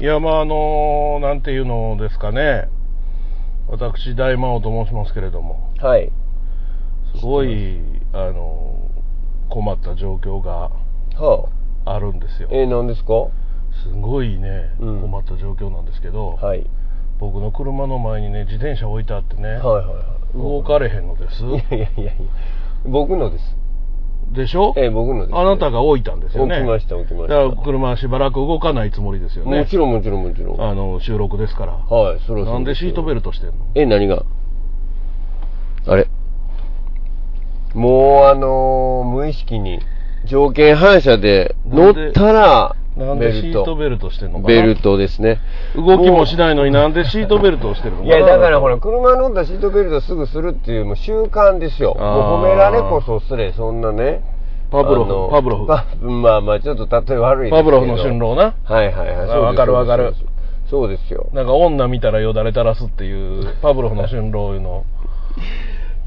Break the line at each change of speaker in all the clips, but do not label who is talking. いや、まあ、あのなんていうのですかね。私、大魔王と申しますけれども、
はい。
すごい、あの困った状況が
は
あるんです
あ
よ。
えー、何ですか
すごいね、
うん
困った状況なんですけど、
はい。
僕の車の前にね、自転車置いてあってね、
はいはいはい。
動かれへんのです。
いやいやいやいや。僕のです。
でしょ
えー、僕のです、
あなたが置いたんですよね。
置きました、置きまし
だから
た。
車はしばらく動かないつもりですよね。
もちろんもちろんもちろん。
あの、収録ですから。
はい、そろそろ。
なんでシートベル
ト
トしてんの
え、何があれもうあのー、無意識に条件反射で乗ったら
なん
ベ
でシ
ル
ート
ト。
ベルトしてんのかな
ベルトですね。
動きもしないのになんでシートベルトをしてるのか
い
な
や、だからほら、車乗ったらシートベルトすぐするっていうもう習慣ですよ。
あー
もう褒められこそすれ、そんなね。
パブロ
あの
フ、パブロフ。
パ
パ
まあまあ、ちょっと例え悪いです
ブ
けど。
ロフの春。郎な。
はいはいはい。そうです
あわかるわかる。
そうですそうですそうですよ。
なんか女見たらよだれ垂らすって いう、パブロフの春郎いうの。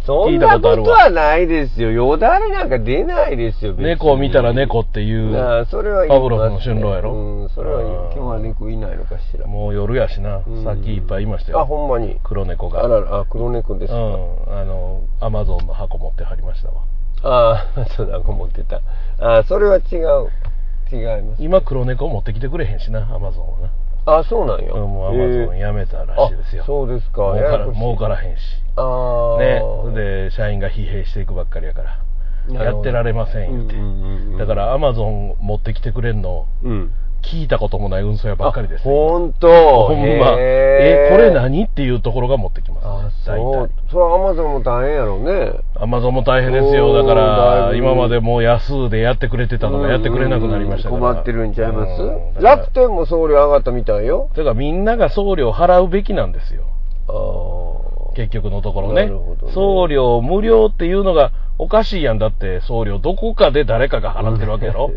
そ
聞い
ん
た
な
ことあるわ
ことはないですよ。よだれなんか出ないですよ。別に
猫を見たら猫っていう。
ああそれは
パブロフの春郎やろ
うん、それは
あー
今日は猫いないのかしら。
もう夜やしな
う。ん
さっきいっぱいいました
あ、
よ。
ほんまに。
黒猫が。
あらら、あ黒猫です
う
か。
ん。あの、アマゾンの箱持ってはりましたわ。
ああ、 そうだ、思ってた。ああ、それは違う。違います。
今黒猫持ってきてくれへんしな、アマゾンはな。
あそうなん
う
や。
んもうアマゾン
へえ
やめたらしいですよ。
あそうですか。
儲
や
か
や
ら
こしい
儲からへんし。
ああ。
ね。それで、社員が疲弊していくばっかりやから。やってられません言うて、
うんうんうんうん
だからアマゾン持ってきてくれんの
うん。
聞いたこともない運送屋ばっかりです、ね、
ほんと。
ほんまえ
へ
これ何っていうところが持ってきま
あ、
すね
そ
大
う
体。
それはアマゾンも大変やろうね。
アマゾンも大変ですよ
おー
だか
だい
ら
ぶ
今までもう安でやってくれてたのがやってくれなくなりましたから
うんうんうん困ってるんちゃいます
うんだから
楽天も送料上がったみたいよ。
だからみんなが送料払うべきなんですよ
あ
結局のところね
なるほどね
送料無料っていうのがおかしいやんだって送料どこかで誰かが払ってるわけ やろ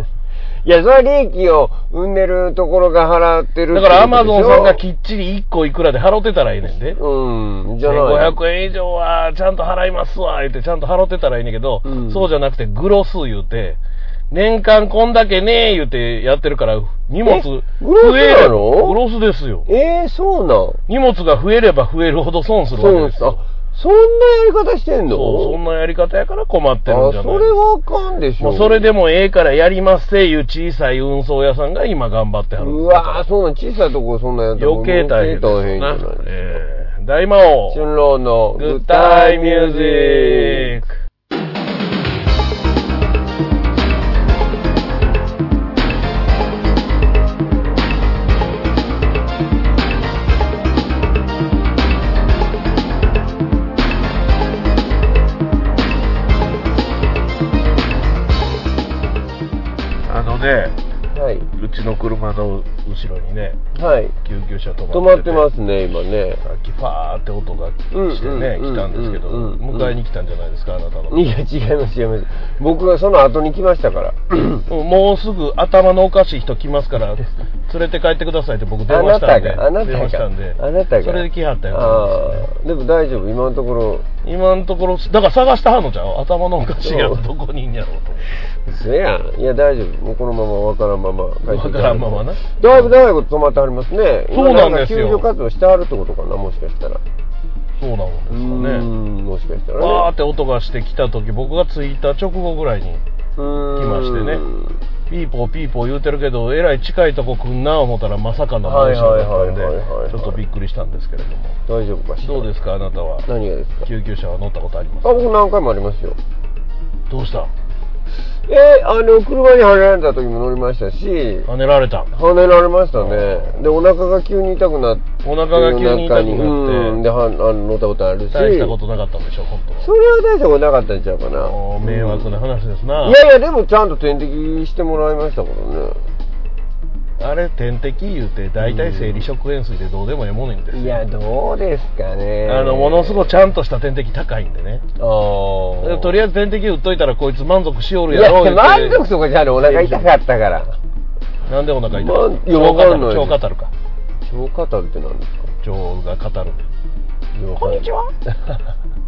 いや、それは利益を生んでるところが払ってる
だからアマゾンさんがき
っ
っちり1個いくらで払ってたらいいねんで
うん、じゃ
ね
ない。
500円以上はちゃんと払いますわ、言ってちゃんと払ってたらいいねんけど、
うん
そうじゃなくてグロス言うて、年間こんだけね言うてやってるから、荷物
え
増
グロス
え
な
る。
の
グロスですよ。
えー、そうなん
荷物が増えれば増えるほど損する
そう
わ
な
け
ん
ですす
か
よ。
そんなやり方してんの
そう、そんなやり方やから困ってるんじゃ
あ、
な
そ
い
れはあかんでしょ。
もうそれでもええからやりますせいう小さい運送屋さんが今頑張ってはるん
う
です
わぁ、そうなん、小さいとこそんなんやったら
余計大変ですよ
余計
な
大変じゃない。
ええ大魔王。
春郎の
グッタイミュージック。あのね、
はい。
うちの車の後ろにね、
はい。
救急車止ま
止ま
ってて
ってますね、今ね。
さっきファーって音がしてね、
うんうんうん
来たんですけど、
うんうん
迎えに来たんじゃないですか、あなたの。
いや、違います、違います。僕はその後に来ましたから。
もうすぐ頭のおかしい人来ます から、連れて帰ってくださいって僕電
あ
話
な
した
た
んで、
が、あな
電話した
た
んで、
が、あなたが。
それで来はったやつなんですよね。
ああ、でも大丈夫、今のところ、
今のところ、だから探したはんのちゃう頭のおかしいやつどこにいんやろうと思って。
嘘やん。いや、大丈夫。もうこのままわからんまま帰ってきた
わからんままな。
だいぶ長いこと止まってありますね。
そうなんですよ
今か救助活動してあるってことかな、もしかしたら。
そうなもんです
うー
かね。
ん、もしかしたらね。
わーって音がして来た時、僕が着いた直後ぐらいに、
うーん
来ましてねピーポーピーポー言うてるけど、えらい近いとこ来んな思ったら、まさかのマンションだったんで
はいはいはいはいはい、
ちょっとびっくりしたんですけれども。
大丈夫かしら。
どうですか、あなたは。
何がですか
救急車は乗ったことあります
あ、僕何回もありますよ。
どうした
えーあの、車にはねられた時も乗りましたし、
跳ねられた。
はねられましたね。で、お腹が急に痛くなって、
お腹が急に痛く
うんで、
なって、
はあの乗ったことあるし、
大したことなかったんでしょ、本当
それは大したことなかったんちゃうかな。
は。迷惑な話ですな。
いやいや、でもちゃんと点滴してもらいましたからね。
あれ、点滴言うて、大体生理食塩水でどうでもええものにですよ。
どうですかね
あの、ものすごいち
ゃ
ゃんとした点滴高いんでね。
あ
とりあえ
ず、
ず点滴打っといたらこいつ満足しお
い
るや
や、
ろ、言うて
満足とかじゃあね、お腹痛かったから。
なんでお腹痛い
まあいや
腸
わかん
語
ない
る、腸語るか。
腸カタルって何ですか
腸が語る。こんにちは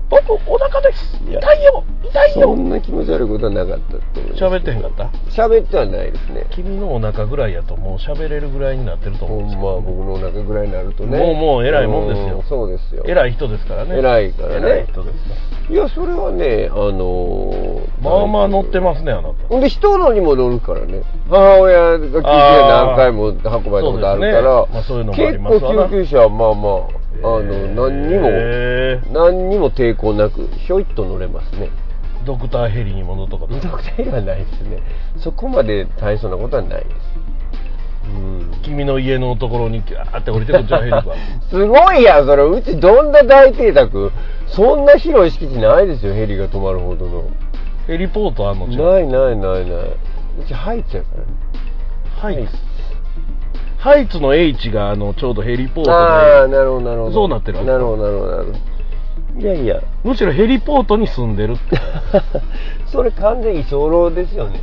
僕お腹です
痛いよ痛い
そ
よ
んな気持ち悪いことはなかったと思います
喋ってへんかった
喋ってはないですね
君のお腹ぐらいやともう喋れるぐらいになってると思
ほ
うん
ん
ですけ
ま
ど、
僕のお腹ぐらいになるとね
もうもう偉いもんですよ
うそうですよ
偉い人ですからね
偉いからね
偉い人ですから
いやそれはねあのー
まあまあ乗ってますねあなた
ほんで人のにも乗るからね母親が救急車何回も運ばれたことあるから、
あーそうですねまあそういうのもありま
結
すわな
構救急車はまあまああの何にも、
へー
何にも抵抗なくひょいっと乗れますね
ドクターヘリにも乗ったこと
無駄くはないですねそこまで大層なことはないですうん
君の家のところにギャーって降りてくるじゃんヘリが
すごいやんそれうちどんな大邸宅そんな広い敷地ないですよヘリが止まるほどの
ヘリポートあんのちゃう
ないないないないうち入っちゃうからね
ハイツハイツの H があのちょうどヘリポート
ああ
で
なるほどなるほど
そうなってるわけ
なるほどなるほどなるほどいやいや
むしろヘリポートに住んでるって
それ完全に居候ですよね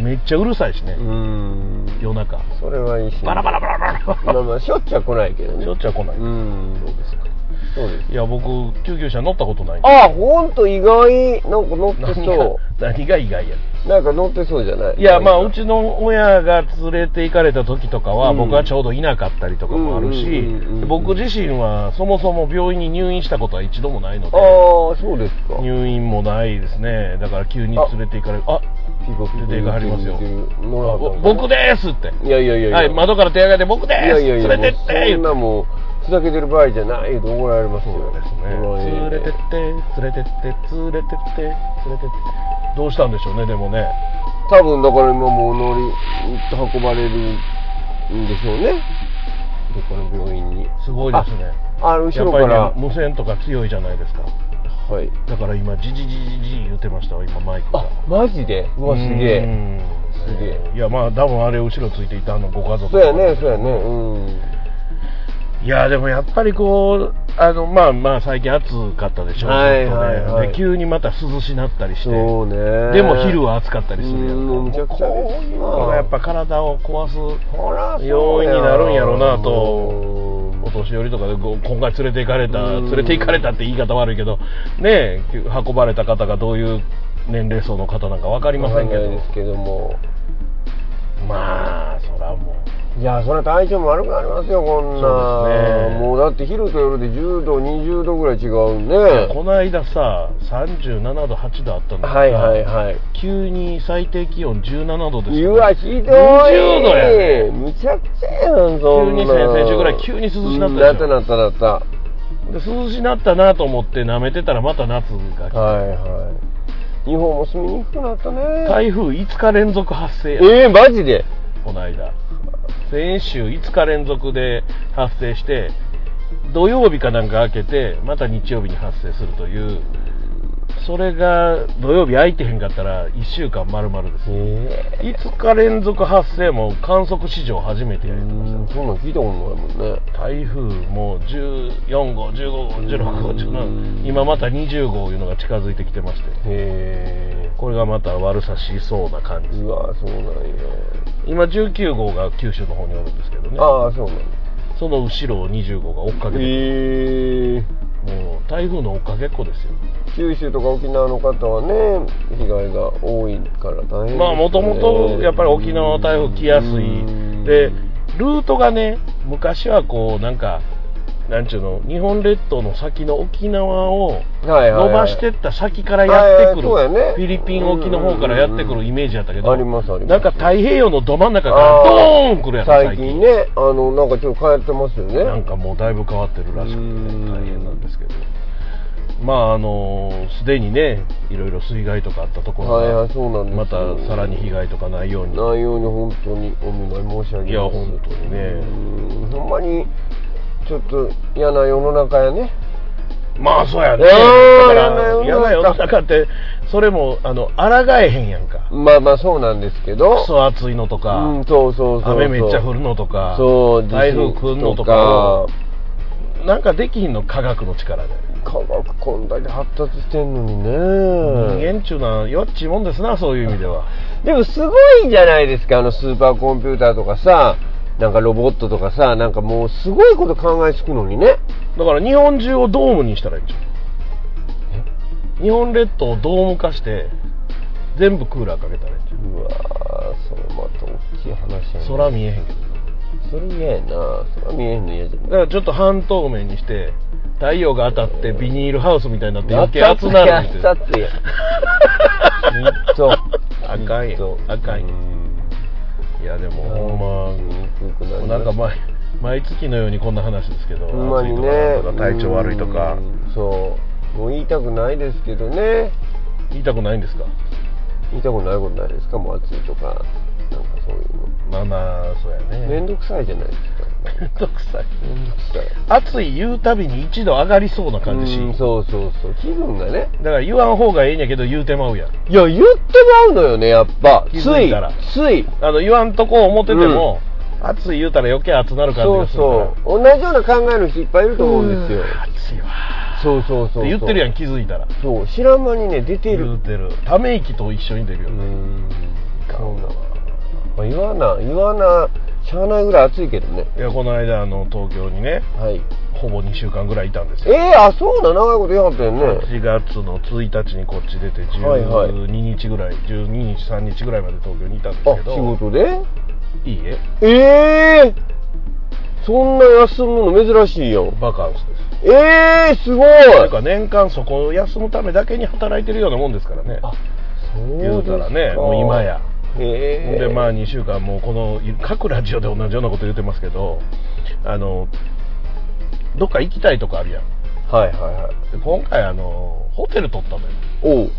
めっちゃうるさいしね、
ん
夜中
それはいいし
バラバラバラバラバ
まあまあしょっちゅうは来ないけど
ラ
ね
しょっちゅうは来ない、
うんそうですかそうです
いや僕救急車乗ったことないんで
ああほんと意外なんか乗って
何が
そ
何が意外やねん
うなんか乗ってそうじゃない
いやまあ
なん
う
か
ちの親が連れて行かれた時とかは、
うん
僕はちょうどいなかったりとかもあるし、
うんうんうんうん
で僕自身はそもそも病院に入院したことは一度もないので
ああそうですか
入院もないですねだから急に連れて行かれるあ
ピコピコ
出ていかはりますよ
出てる乗ら
あ
はったのかな
僕ですって
いやいやいや
はい、窓から手上げて僕で
いや
す
いやいや
連れてって
もうそんなもうふざけてる場合じゃないと怒られますよ
そうですね連れてって連れてって連れてって連れてってどうしたんでしょうねでもね
多分だから今もう乗り運ばれるんでしょうねどこの病院に
すごいですね
ああ後
や
ろ
っ
か
ぱり
ら、
ね無線とか強いじゃないですか
はい
だから今ジジジジジ言ってましたわ今マイクが
あマジでうわすげ
う
え
ん
すげえ
いやまあ多分あれ後ろついていたあのご家族
そうやねそうやねうん
いやでもやっぱりこうあのまあまあ最近暑かったでしょ
はい
ずっと
はいはい
で急にまた涼しなったりして
そうね
でも昼は暑かったりするやんか
うんめちゃくちゃ
もうこういうのがやっぱ体を壊す
ほらそうや
要因になるんやろなと
うん
お年寄りとかでこう今回連れて行かれた
うん
連れて行かれたって言い方悪いけどねえ運ばれた方がどういう年齢層の方なんか分かりませんけ
わかん
ど
ないですけども
まあそらも
いやそれは体調も悪くなりますよこんな
そうですね
もうだって昼と夜で10度20度ぐらい違うんで
う、いやこの間さ37度8度あったんだけどさ
はいはいはい
急に最低気温17度です
うわひどい
20度やね
むちゃくちゃやんそん
急
な
に先々週ぐらい急に涼しなったでしょ
うんなったなったなっ
で涼しになったなと思って舐めてたらまた夏が来
た
て、
はいはい日本も住みにくくなったね
台風5日連続発生や
えー、マジで
この間先週5日連続で発生して土曜日かなんか開けてまた日曜日に発生するというそれが土曜日空いてへんかったら1週間丸々ですね
え
5日連続発生も観測史上初めて
う
やりました
んそんなん聞いたことないもんね
台風も14号15号16号
うん
17今また20号いうのが近づいてきてまして
へ
これがまた悪さしそうな感じ
え
です
うわそうなんや、
今19号が九州の方におるんですけどね
ああそうなんや
その後ろを20号が追っかけてくる、
え
もう台風の追っかけっこですよ、
九州とか沖縄の方はね被害が多いから大変ですね
まあもともとやっぱり沖縄は台風来やすい
うん
でルートがね昔はこうなんかなんちゅうの日本列島の先の沖縄を
はいはいはい
伸ばしてった先からやってくる、
はいはいそうやね
フィリピン沖の方からやってくるイメージやったけど、
ありますあります
なんか太平洋のど真ん中から
あ
ドーン来るやん
最近ねあのなんかちょっと変えてますよね
なんかもうだいぶ変わってるらしくて
うん
大変なんですけどまああのすでにねいろいろ水害とかあったところが、
はいはいそうなんです
またさらに被害とかないように
内容に本当にお見舞い申し上げます
いや本当にね
うんほんまにちょっと嫌な世の中やね
まあそうやね
い
だ
やー
から
や
や
ば
ば
い
い
世
世の
の中
中ってそれもあの抗えへんやんか
まあまあそうなんですけど
クソ暑いのとか、
うんそうそうそうそう
雨めっちゃ降るのとか
そう
台風来んのとかなんかできひんの科学の力で、
科学こんだけ発達してんのにね
人間っちゅうのはよっちいもんですなそういう意味では
でもすごいじゃないですかあのスーパーコンピューターとかさなんかロボットとかさなんかもうすごいこと考えつくのにね
だから日本中をドームにしたらいいじゃん日本列島をドーム化して全部クーラーかけたらいいじゃん
うわーそれまた大きい話やな
空見えへんけど
それ嫌やな空見えへんの嫌じゃ
だ
ん
からちょっと半透明にして太陽が当たってビニールハウスみたいになって
なっ
余
ち
計
ゃっ
熱なるみ
やった
い
たっ
な
てやきっと
あかんやん
きっと
あかんやん
うん
いやでも
ほ
ほんま
んま
なんか毎毎月のようにこんな話ですけど、
ほんまにね
暑いとか体調悪いとか
うんそうもう言いたくないですけどね
言いたくないんですか
言いたくないことないですかもう暑いとかなんかそういうの
まあまあそうやね
面倒くさいじゃないですか
めんどくさい
面倒くさい
暑い言うたびに一度上がりそうな感じし
うんそうそうそう気分がね
だから言わん方がええんやけど言うてまうやん
いや言っても合うのよねやっぱつ
気
い
づいたら
つい
あの言わんとこ思ってても、暑い言うたら余計暑なる感じ
そ
が
う
するから
そう同じような考えの人いっぱいいると思うんですよ
暑いわ
そうそうそうそう
って言ってるやん気づいたら
そう知らん間にね出て
言
る
うてるため息と一緒に出るよ、
うーんそうなの、まあ、言わな言わなしゃあないぐらい暑いけどね
いやこの間あの東京にね
はい
ほぼ2週間ぐらいいたんです
え
よ
えあそうな長いこと言わはったよね
8月の1日にこっち出て
はいはい
12日ぐらい、12日3日ぐらいまで東京にいたんです
あ
けど
仕事で
いいえ
ええそんな休むの珍しいよ
バカンスです
ええすごい
なんか年間そこを休むためだけに働いてるようなもんですからね
あ
言うたらねもう今や
へえ
でまあ2週間もうこの各ラジオで同じようなこと言ってますけどあのどっか行きたいとこあるやん
はいはいはい
で今回あのホテル取ったのよ
おう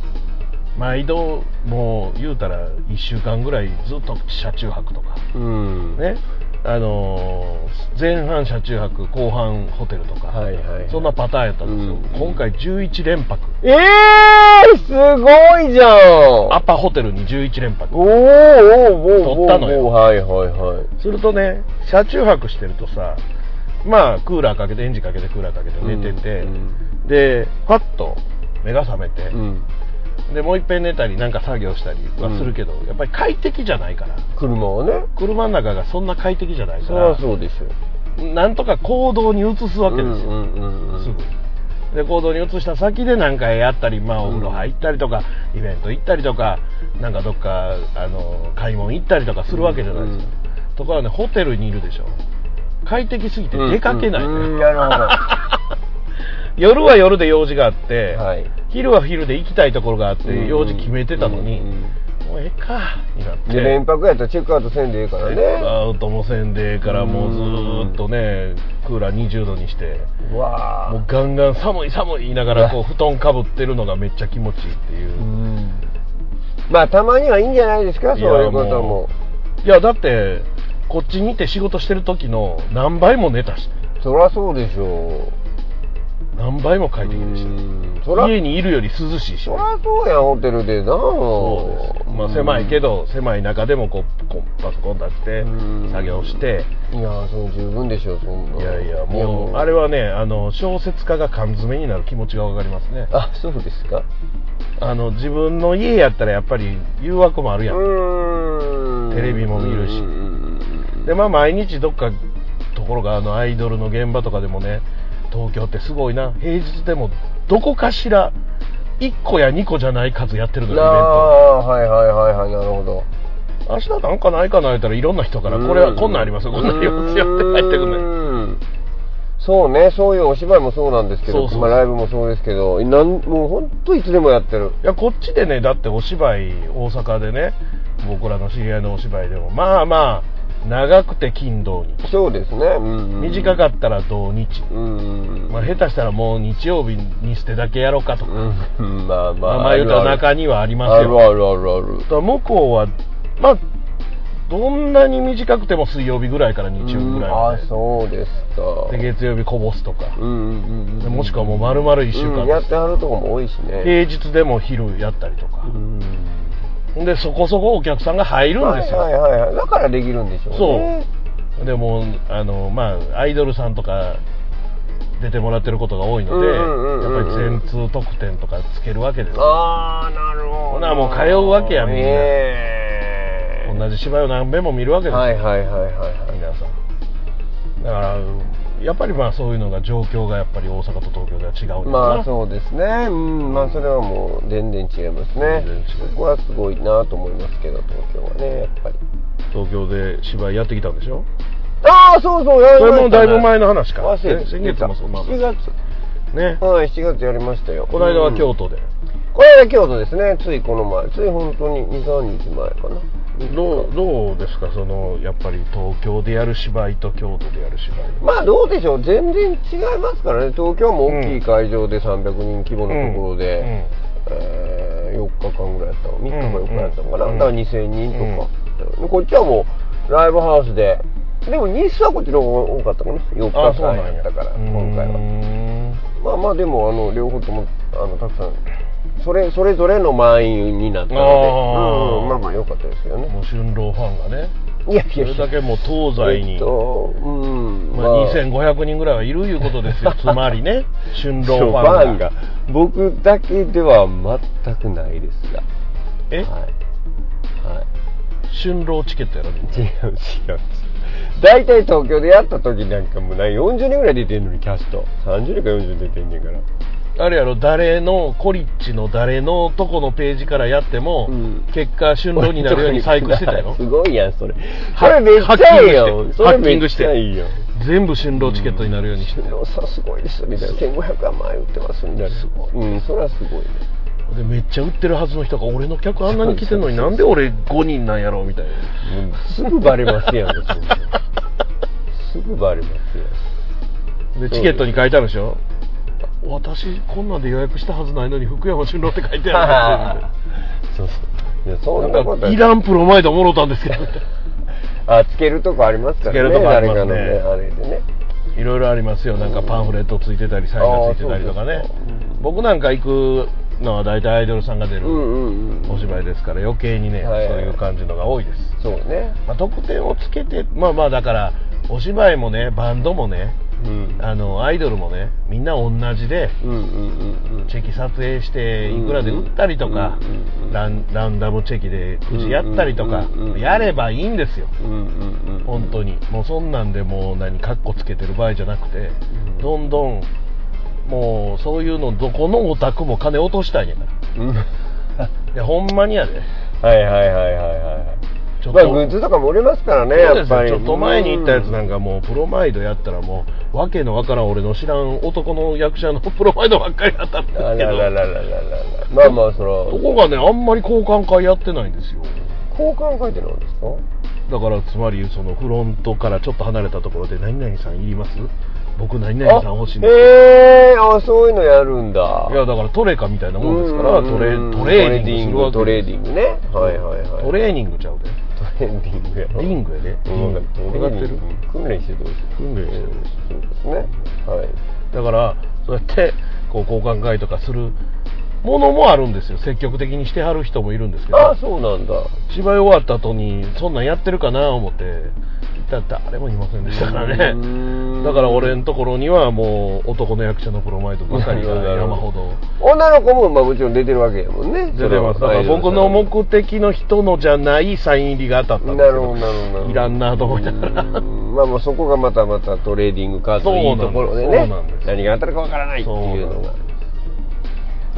毎度もう言うたら1週間ぐらいずっと車中泊とか
うん
ねあのー前半車中泊後半ホテルとか、
はいはいはい
そんなパターンやったんですよ、
うん
今回11連泊
ええすごいじゃん
アパホテルに11連泊
おーおーおーおーおー
取ったのよ
はいはいはい
するとね車中泊してるとさまあクーラーかけてエンジンかけてクーラーかけて寝てて、
うん
でパッと目が覚めて
う、ん
でもういっぺん寝たりなんか作業したりはするけど、やっぱり快適じゃないから
車はね
車の中がそんな快適じゃないか
そりゃ
ら
そうでしょ
なんとか行動に移すわけですよ、
うんうんうん
すぐで行動に移した先で何かやったり、まあ、お風呂入ったりとか、イベント行ったりとかなんかどっかあの買い物行ったりとかするわけじゃないですか、ところがねホテルにいるでしょ快適すぎて出かけない、
うんうんなるほ
夜は夜で用事があって、
どはい
昼は昼で行きたいところがあって用事決めてたのに、
うんうん
もうええかになって
で連泊やったらチェックアウトせんでええからね
アウトもせんでええからもうずーっとねクーラー20度にして
うわ
もう
あ
ガンガン寒い寒い言いながらこう布団かぶってるのがめっちゃ気持ちいいっていう、
んまあたまにはいいんじゃないですかそう
いや
いうこと
も
も
いやだってこっちにいて仕事してる時の何倍も寝たし
そりゃそうでしょ
何倍も
う
快適でし
うんそ
た
り
家
ゃ
にいるより涼しいし
そりゃそうやんホテルでな
そうです、まあ、狭いけ
ど
ど狭い中でもこうこうパソコン出して
うん
作業して
いやーその十分でしょそんない
いやいやもうあれはねあの小説家が缶詰になる気持ちがわかりますね
あそうですか
あの自分の家やったらやっぱり誘惑もあるやん、
うーん
テレビも見るし
うんうんうん
でまあ毎日どっかところがあのアイドルの現場とかでもね東京ってすごいな平日でもどこかしら1個や2個じゃない数やってるの
な
よ
あはいはいはいはいなるほど
イベント明日なんかないかな言ったらいろんな人から
うん
これはこんなんありますよこんなんありますよって入ってくるね
うんそうねそういうお芝居もそうなんですけど
そうそう
まあ、ライブもそうですけどなんもう本当いつでもやってる
いやこっちでねだってお芝居大阪でね僕らの知り合いのお芝居でもまあまあ長くて金土に
そうですね、うんうん、
短かったら土日、
うんうんうん
まあ、下手したらもう日曜日にしてだけやろうかとか、
うんまあま
まあ
あ、
まあ言うたら中
に
にはありますよ
あるあるあるある
だから向こうはまあどんなに短くても水曜日ぐらいから日曜日ぐらいま
うん
で
あそうですか
で月曜日こぼすとか
うんうんうん
で
うん
もしくはもう丸々1週間
うん
で
やっ
す
てはるとこも多いしね
平日でも昼やったりとか
うん
でそこそこお客さんが入るんです
はい
よ
はいはいだからできるんでしょうね
そうでもあのまあアイドルさんとか出てもらってることが多いので
うんうんうんうん
やっぱり全通得点とかつけるわけですよ
ああなるほ
ほ
ど
なもう通うわけやみんな
ええ
同じ芝居を何遍も見るわけですよ
はいはいはいはいはい
皆さんだからやっぱりまあそういうのが状況がやっぱり大阪と東京では違うんだな
まあそうですね、うん、まあそれはもう全然違います
全
ね
然違う、
そこはすごいなと思いますけど、東京はね、やっぱり。
東京で芝居やってきたんでしょ
ああ、そうそう、や
そ
りま
れ
したね
もだいぶ前の話か、
忘れ
ね
て
先月もそうまあ
7月、
ね
はい、7月やりましたよ。
この間は京都
都。
で、
この間京都ですね、ついこの前、つい本当に2、3日前かな。
どうどうですかそのやっぱり東京でやる芝居と京都でやる芝居、
まあどうでしょう、全然違いますからね、東京も大きい会場で300人規模のところで、えー4日間ぐらいやったの3日か4日やったのかな、
うんうん
だから2000人とか、でこっちはもうライブハウスででも日数はこっちの方が多かったかな4
あ
日
そう
間
なん
や
や
ったから今回は
は
まあまあでもあの両方ともあのたくさんそれそれぞれの満員になったの
あ
で、
ー
うんまあまあ良かったですよね
もう春郎ファンがね
いやいや
それだけもう東西に、
えっとうん
まあ、2500人ぐらいはいるいうことですよつまり ね春
そう
郎フ
フ
ァ
ァ
ン
ン
が
が僕だけでは全くないですが
え
はい、はい
春郎チケットやろみんな
違う違う違う大体東京でやった時なんかもうな40人ぐらい出てんのにキャスト30人か40人出てんねんから
あれやろ誰のコリッチの誰のとこのページからやっても、
うん
結果春郎になるように細工してたやろ
すごいやん それそれめっちゃいいよそ
ハ
れ
ッキ
め
ング
っ
して
ちゃいいよ
全部春郎チケットになるようにして、
ロさすごいですみたいな1500は前売ってますみたいな
すごい
うんそれはすごいね
でめっちゃ売ってるはずの人が俺の客あんなに来てんのになんで俺5人なんやろみたいな
もうすぐバレますやんそんなすぐバレますやん
でチケットに書いてあるでしょ私こんなんで予約したはずないのに福山春郎って書いてある
そうそういやそん
な
なんこと
か
は
イランプロ前でおもろたんですけどみたいな
あつけるとこありますから
つけ
ね
るとこありますね
誰かのねあれでね
いろいろありますよなんかパンフレットついてたりサインがついてたりとか
あー
ね
そうですか
僕なんか行くのは大体アイドルさんが出
うん
る
うんうん
お芝居ですから余計にね、
はい
そういう感じのが多いです、
そうね
まあ、特典をつけてまあまあだからお芝居もねバンドもね
うん
あのアイドルもねみんな同じで
うんうんうんうん
チェキ撮影していくらで売ったりとか、
うんうん
ランランダムチェキでくじやったりとか、
うんうんうん
やればいいんですよ
うんうんうん
本当にもうそんなんでもう何カッコつけてる場合じゃなくて、
うん
どんどんもうそういうのどこのお宅も金落としたんやから
うんはい
いやほんまにやで
はいはいはいはい
ちょっ
まあ
と、
グッズとかも売れますからね
そう
や
で
っ
すよ
ぱり
ちょっと前に行ったやつなん
か
かもうプロマイドやったらもうわけのわからん俺の知らん男の役者のプロマイドばっかり当たって
あ
た
ら
けど
ららららららまあまあそ
と
の
こがねあんまり交換会やってないんですよ
交換会って何ですか
だからつまりそのフロントからちょっと離れたところで「何々さんいります僕何々さん欲しいんです」
ええー、あそういうのやるんだ
いやだからトレカみたいなもんですからトレ
うん
トレーニングするわけ
トレーディングねはいはいはい
トレーニングちゃうで
トレーディングやろ
リングやでリ
うん
ング分かってる
訓練してどうする
訓練してる
そうですねはい
だからそうやってこう交換会とかするものもあるんですよ積極的にしてはる人もいるんですけ
あ
ど
そうなんだ
芝居終わった後にそんなんやってるかな思って行ったら誰もいませんでしたから
うー
ね
ん
だから俺のところにはもう男の役者のプロマイドばかりが
なるほど
山ほ ど
女の子もまあもちろん出てるわけやもんね
出てますだから僕の目的の人のじゃないサイン入りが当たったんです
な
け
るほどなるほどるほど
いらんなと思いながら
うんまあまあそこがまたまたトレーディングカードのいいところで
そう
ね
なんです
何が当たるかわからないっていうの
そう
が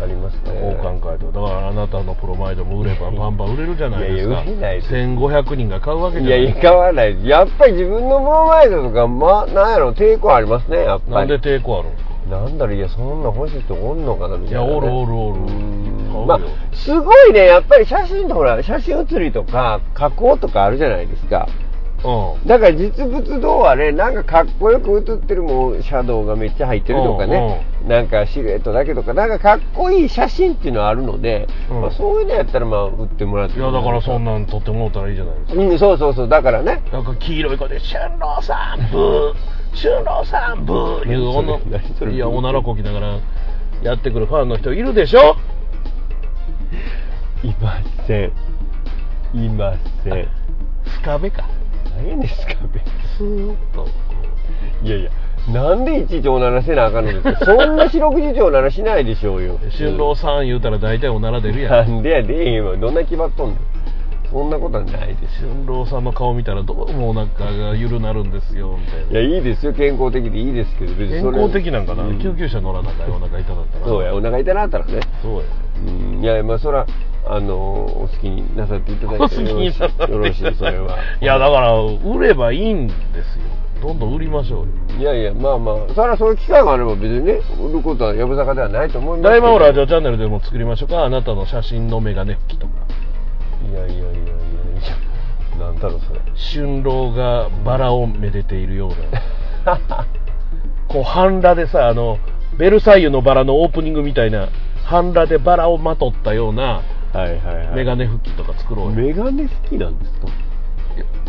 ありますね
交換会とだからあなたのプロマイドも売ればバンバン売れるじゃないですか
いやいや売れないです
1500人が買うわけじゃ
い
な
や
い
いや買わないやっぱり自分のプロマイドとかまあなんやろ抵抗ありますねやっ
な
ぱ
ん
り
で抵抗あるんですか
なんだろういやそんなん欲しい人おんのかなみたいな、ね、
いやおるおるおる
うーん
買
ま
うよ
あすごいねやっぱり写真とほら写真写りとか加工とかあるじゃないですか
うん
だから実物どうあれなんかかっこよく写ってるもんシャドウがめっちゃ入ってるとかね、なんかシルエットだけとかなんかかっこいい写真っていうのはあるので、
うん
まあ、そういうのやったらまあ売ってもらって
いやだからそんなん撮ってもらったらいいじゃないです
うんそうそうそうだからね
かなんか黄色い子で「春郎さんブー春郎さんブー」いう女
何それ
いやおならこきながらやってくるファンの人いるでしょ
いませんいません
スカベか
何ですか 別に
スーッと
いやいや、なんでいちいちおならせなあかんのですか。そんな四六時中おならしないで しょうよ。
春郎さん言うたら大体おなら出るやん
なんでやでえへんわ。どんな気張っとんのそんなことはないですよ
俊郎さんの顔見たらどうもお腹が緩なるんですよみたい
い
な
やいいですよ健康的でいいですけど別
健
それ
康的なんかな、
う
救急車乗らなきゃお腹痛かったら
そうやお腹痛なったらね
そうや
うんいやまあそらあのお好きになさっていただいて
お好きになさって
よろしいよろしいそれはい
やだから売ればいいんですよどんどん売りましょうよ
いやいやまあまあそらそういう機会があれば別にね売ることはやぶさかではないと思いますけど
大魔王ラジオチャンネルでも作りましょうかあなたの写真のメガネ拭きとか
いやいやいやいやいやなんだろうそれ
春郎がバラをめでているような こう半裸でさあのベルサイユのバラのオープニングみたいな半裸でバラをまとったような
はいはいはい
メガネ拭きとか作ろうよ
メガネ好きなんですか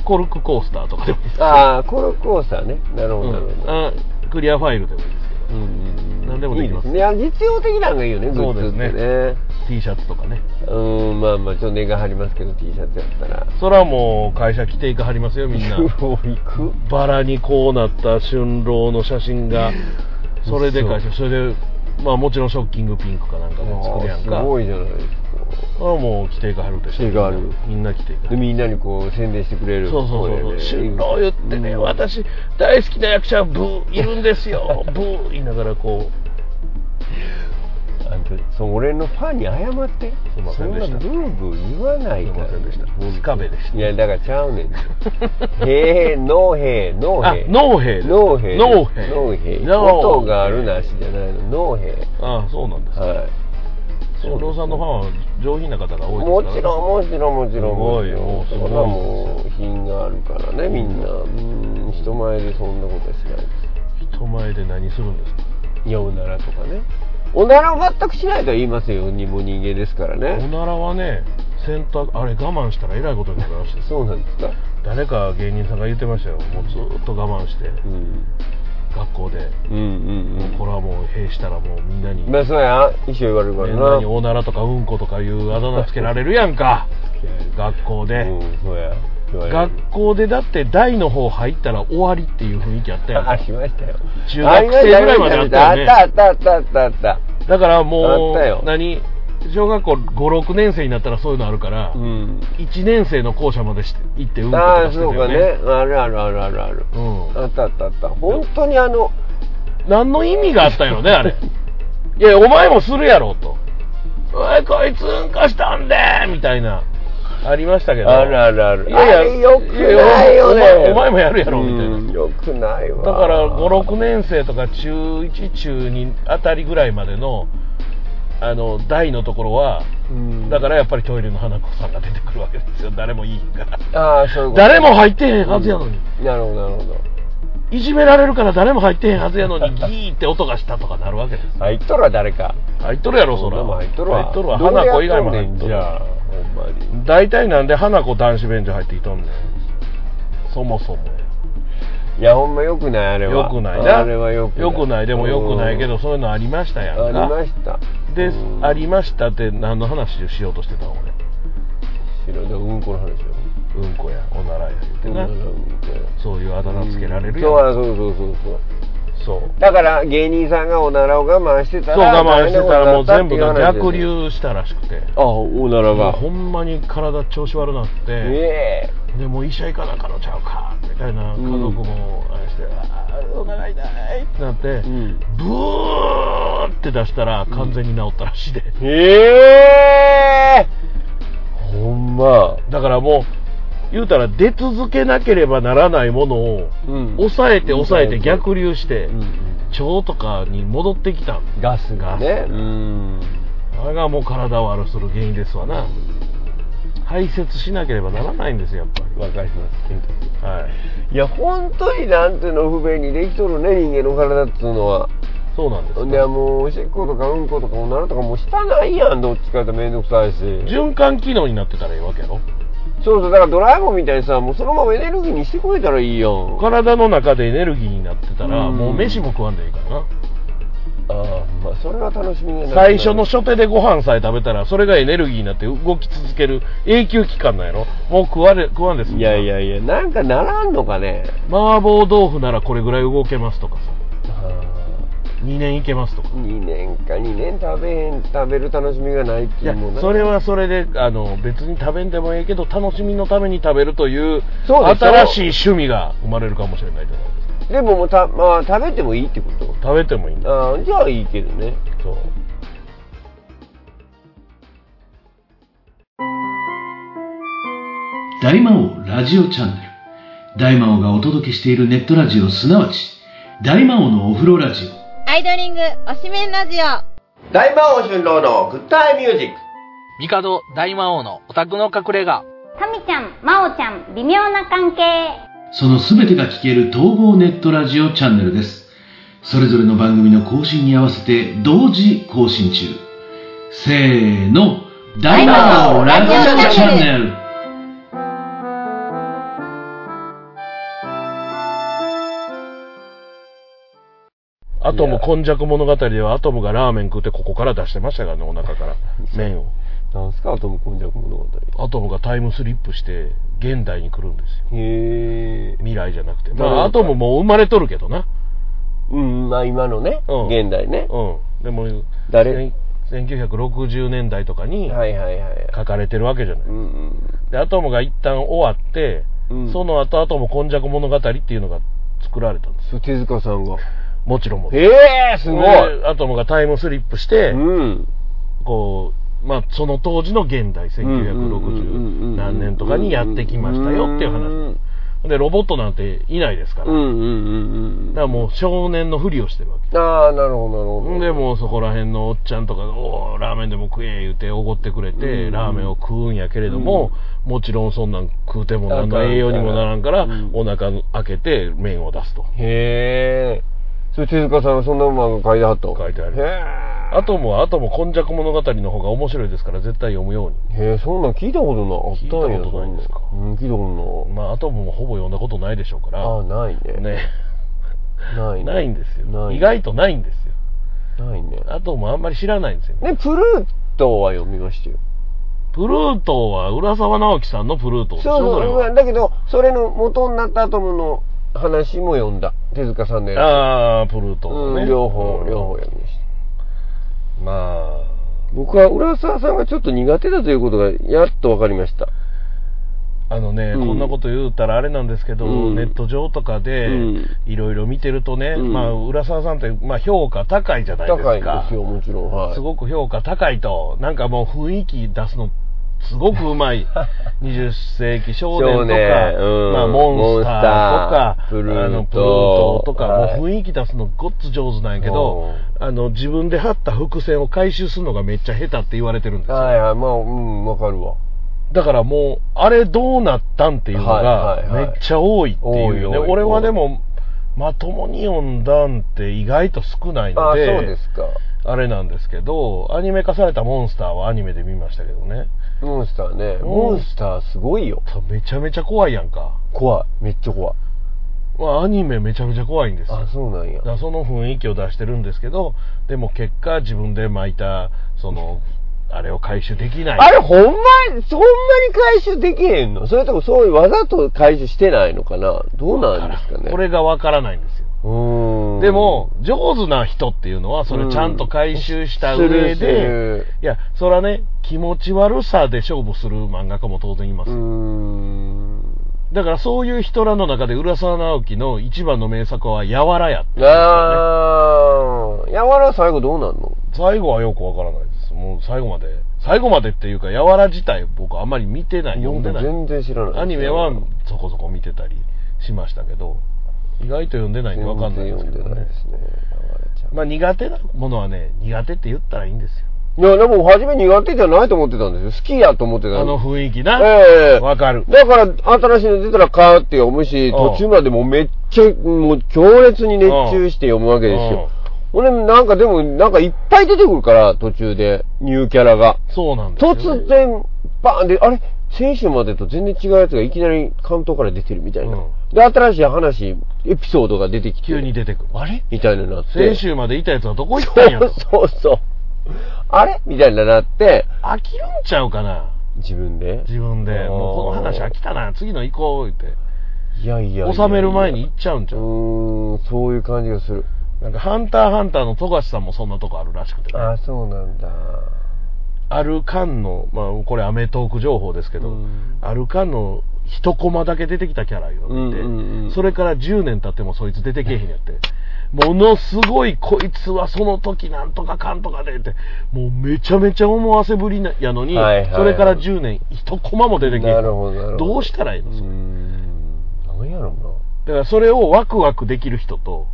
コルクコースターとかでもいいです
ああコロコースターねなるほ
う
どなるほ
ん
ど、
あクリアファイルでもいいですけ
うんうんうん
何でもできます
いいですねいや実用的なのがいいよねグ
そう
ッ
で
ズ
す
って
ね
ね
ど T シャツとかね
うんまあまあちょっと値が張りますけど T シャツやったら
それはもう会社着ていかはりますよみ んな
行く
バラにこうなった春郎の写真がそれで会社それでまあもちろんショッキングピンクかなんかで作るやん
す
か
ごいじゃないですか
それはもう着ていかはるでしょ
着ていかはる
みんな着ていかは
で
る
みんなにこう宣伝してくれる
そうそうそうそう春郎言ってね、
うん
私大好きな役者ブーいるんです よブー言いながらこう
あんたそう俺のファンに謝って
すいませんでした
そんなブーブー言わないから
すいませんでした
本当
スカベでした
いやだからちゃ うねんへえノーへーノ
あ
ーへー
ノーヘイ
ノーヘイ
ノーヘイ
ノーヘイ
ノーヘイ
音があるなしじゃないのノーヘイ
ああそうなんです
はい
春郎さんのファンは上品な方が多い
も
ですからね
ちろんもちろんもちろんもちろん
す
そ
ごいよ
んなもう品があるからねみんなうん人前でそんなことはしないで
人前で何するんですか
すいやおならとかねおならを全くしないとは言いますよにも人間ですから
お
ね
ならはね洗濯あれ我慢したらえらいことになるらしいです
そうなんですか
誰か芸人さんが言ってましたよもうずっと我慢して
うん
学校で、
うんうん
もうこれはもう閉したらもうみんなに、
うんまあそうや一生言われるか
みん
ら
な
な
におならとかうんことかいうあだ名つけられるやん か学校で、
うんそうや言われる
学校でだって台の方入ったら終わりっていう雰囲気あったやんか
あしましたよ
中学生ぐらいまであったよね
あったあったあったあったあっ
だからも
あったよ
う何小学校56年生になったらそういうのあるから、
たうん
1年生の校舎までして行ってうんこと
あ
かし
あ
てた
そうか
よ
ね
ね
あるあるあるあるある
うん
あったあったあった本当にあの
何の意味があったんやろねあれ いやお前もするやろと「おいこいつうんこしたんで!」みたいなありましたけど
あるあるある
いやいや
あれよくないよね
いやお前お前もやるやろみたいな
うんよくないわ
だから56年生とか中1中2あたりぐらいまでのあの台のところは
うん
だからやっぱりトイレの花子さんが出てくるわけですよ誰もいいんから
ああそういうこと
誰も入ってへんはずやのに、
なるほどなるほ
いじめられるから誰も入ってへんはずやのにギーって音がしたとかなるわけです
ど入っとるわ誰か
入っとるやろそ
ん
ら
なもん入っとるわ
入っとるわ花子以外も入っと
どう
る
やっとんねんじゃあほんまに
大体なんで花子男子便所入ってきとんねんそもそも
いやほんまよくないあれは
よくないな
あれはよくない
良くないでもよくないけどそういうのありましたやん
あり
か
ました
で
うん
ありましたって何の話をしようとしてたの俺
白でうんこの話よ
うんこやおならや言ってな、
うんこ
そういうあだ名つけられる
そ
や、
うんはそうそうそうそう
そう
だから芸人さんがおならを我慢してた
そう
ら
我慢してたらもう全部が
大変なこ
逆
とになったっていう話
流
ですよ
したらしくて
あおなら
もう
が
ほんまに体調子悪なって、
ええ
でもう医者行かなあかんのちゃうかみたいな家族もあれして、あーお腹痛いってなって、
ん
ブーって出したら完全に治ったらしいで、
ええほんま
だからもう言うたら出続けなければならないものを
うん
抑えて抑え
う
て
ん
逆流して
うんうん
腸とかに戻ってきた
ガスがねうん
あれがもう体を悪くする原因ですわな排泄しなければならないんですよやっ
わかります
ぱりはい
いや本当になんていうの不便にできとるね人間の体っつうのは
そうなんです
ほんでもうおしっことかうんことかおならとかもうしたないやんどっちかってめんどくさいし
循環機能になってたらいいわけやろ
そうそうだからドラえもんみたいにさもうそのままエネルギーにしてくれたらいいやん
体の中でエネルギーになってたら
うん
もう飯も食わんでいいからな
ああまあそれは楽しみがなくな
最
る
初の初手でご飯さえ食べたらそれがエネルギーになって動き続ける永久期間なんやろもう食われ食わんです
いやいやいやなんかならんのかね
麻婆豆腐ならこれぐらい動けますとかさ2年いけますとか
2年か2年食べへん食べる楽しみがないっ
い
てい
や
うもん
それはそれであの別に食べんでもええけど楽しみのために食べるという
そうでしょ
新しい趣味が生まれるかもしれないじゃないですか
でももうた、まあ、食べてもいいってこと
食べてもいいんだ
あーじゃあいいけどね
そう
大魔王ラジオチャンネル大魔王がお届けしているネットラジオすなわち大魔王のお風呂ラジオ
アイドリングおしめんラジオ
大魔王春郎のグッタイミュージック
ミカド大魔王のオタクの隠れ家。
タミちゃん、マオちゃん、微妙な関係。
そのすべてが聞ける統合ネットラジオチャンネルですそれぞれの番組の更新に合わせて同時更新中せーの大魔王ラジオチャンネル
アトム今昔物語ではアトムがラーメン食ってここから出してましたからねお腹から麺を
なんすかトム・コンジャク物語
アトムがタイムスリップして現代に来るんですよ
へえ
未来じゃなくてま
なるほど
あアトムもう生まれとるけどな
うんまあ今のね、
うん
現代ね、
うんでも
誰
せん1960年代とかに
はいはいはい
書かれてるわけじゃない、
うんうん
でアトムが一旦終わって、
うん
その後アトム今昔物語っていうのが作られたんです
そう手塚さんが
もちろんもちろん
へえすごい
でアトムがタイムスリップして、
うん
こう、まあ、その当時の現代、1960何年とかにやってきましたよっていう話。で、ロボットなんていないですから。
うん
だ
うんうんうん
からもう少年のふりをしてるわけ。
ああなるほどなるほど
でもうそこら辺のおっちゃんとかが、おーラーメンでも食え言うておごってくれて、
うん
ラーメンを食うんやけれども、もちろんそんなん食うても何の栄養にもならんから、
うん
お腹開けて麺を出すと。
へえそれ手塚さんはそんな漫画書いてはった
書いてある
へ
あとも、あとも、今昔物語の方が面白いですから、絶対読むように。
えへえそんなん聞いたことないあった
聞
ん
い
や
たことないんですか
そんなんうん聞いたことない
まあ、あともほぼ読んだことないでしょうか
ああ
ら、
ないね
ね。
ないね
ないんですよ。
ない
意外とないんですよ。
ないね
あともうあんまり知らないんですよね。
ねプルートは読みましたよ
プルートは浦沢直樹さんのプルートでしょ、
そう
それ
そう
は。
だけどそれの元になったアトムの話も読んだ手塚さんのやつ
ああ、プルート、
う
ね。
ん、両方
うん
両方読みました
ま
僕は浦沢さんがちょっと苦手だということがやっと分かりました
あ、あのね、
うん
こんなこと言うたらあれなんですけど、
うん
ネット上とかで
うん
いろいろ見てるとね、
うん
まあ、浦沢さんって、まあ、評価高いじゃないですか。
高いんですよもちろんはい
すごく評価高いと、なんかもう雰囲気出すの、すごくうま い。20世紀少年と
少
か、
年うん
まあ、モンスターとか、
モンスタープルート
あのプルートとか、
はい
もう雰囲気出すのごっつ上手なんやけど、あの、自分で貼った伏線を回収するのがめっちゃ下手って言われてるんですよ。
はいはいまあうん分かるわ
だからもう、あれどうなったんっていうの
は
が
い、はいはい
めっちゃ多いっていうよ
多
ね。
い多い
俺はでも、まともに読んだんって意外と少ない
あ
の
あ
で、
そうですか
あれなんですけど、アニメ化されたモンスターはアニメで見ましたけどね。
モンスターね
うん
モンスターすごいよ
めちゃめちゃ怖いやんか。
怖いめっちゃ怖い
まあ、アニメめちゃめちゃ怖いんですよ。
あそうなんや
だからその雰囲気を出してるんですけど、でも結果自分で巻いた、その、あれを回収できない。
あれほんまにそんなに回収できへんのそれともそういうわざと回収してないのかなどうなんですかね
これがわからないんですよ。
うーん
でも、上手な人っていうのは、それちゃんと回収した
する
上
す
で、
る
いや、それはね、気持ち悪さで勝負する漫画家も当然います
うー。ん
だからそういう人らの中で浦沢直樹の一番の名作は「やわらや」って
ああ、やわら最後どうなんの
最後はよくわからないですもう最後まで最後までっていうか「やわら」自体僕あんまり見てない読んでない
全然知らない。
アニメはそこそこ見てたりしましたけど意外と読んでないんでわかんないですけ
全然
ど
読んでない
ね
ですね。やわらちゃん
まあ苦手なものはね苦手って言ったらいいんですよ
いや、でも初め苦手じゃないと思ってたんですよ。好きやと思ってた
あの雰囲気な
ええ
わかる
だから、新しいの出たら買うって読むし、
ん
途中までもうめっちゃ、もう強烈に熱中して読むわけですよ。俺、なんかでも、なんかいっぱい出てくるから、途中で、ニューキャラが。
そうなんですよね
突然、バーンで、あれ先週までと全然違うやつがいきなり関東から出てるみたいな。
うん
で、新しい話、エピソードが出てきて。
急に出てくるあれ
みたいなのになって。
先週までいたやつはどこ行ったんやと
そうそうそう。あれみたいなのになって、
飽きるんちゃうかな
自分で。
自分で、
あー
もうこの話飽きたな、次の行こうって、
いやいやいやいや
収める前に行っちゃうんちゃ
う
う、
ーん、そういう感じがする。
なんか、ハンターハンターの富樫さんもそんなとこあるらしくてね。
あそうなんだ
ある間の、まあ、これアメトーーク情報ですけど、
うん
ある間の一コマだけ出てきたキャラよって、
うんうんうん
それから10年経ってもそいつ出てけえへんやって。ものすごいこいつはその時なんとかかんとかでって、もうめちゃめちゃ思わせぶりなやのに、
はいはいはい
それから10年一コマも出てけえへん
なるほどなるほど
どうしたらいいのそれ
うんなんやろう
だ
な
からそれをワクワクできる人と、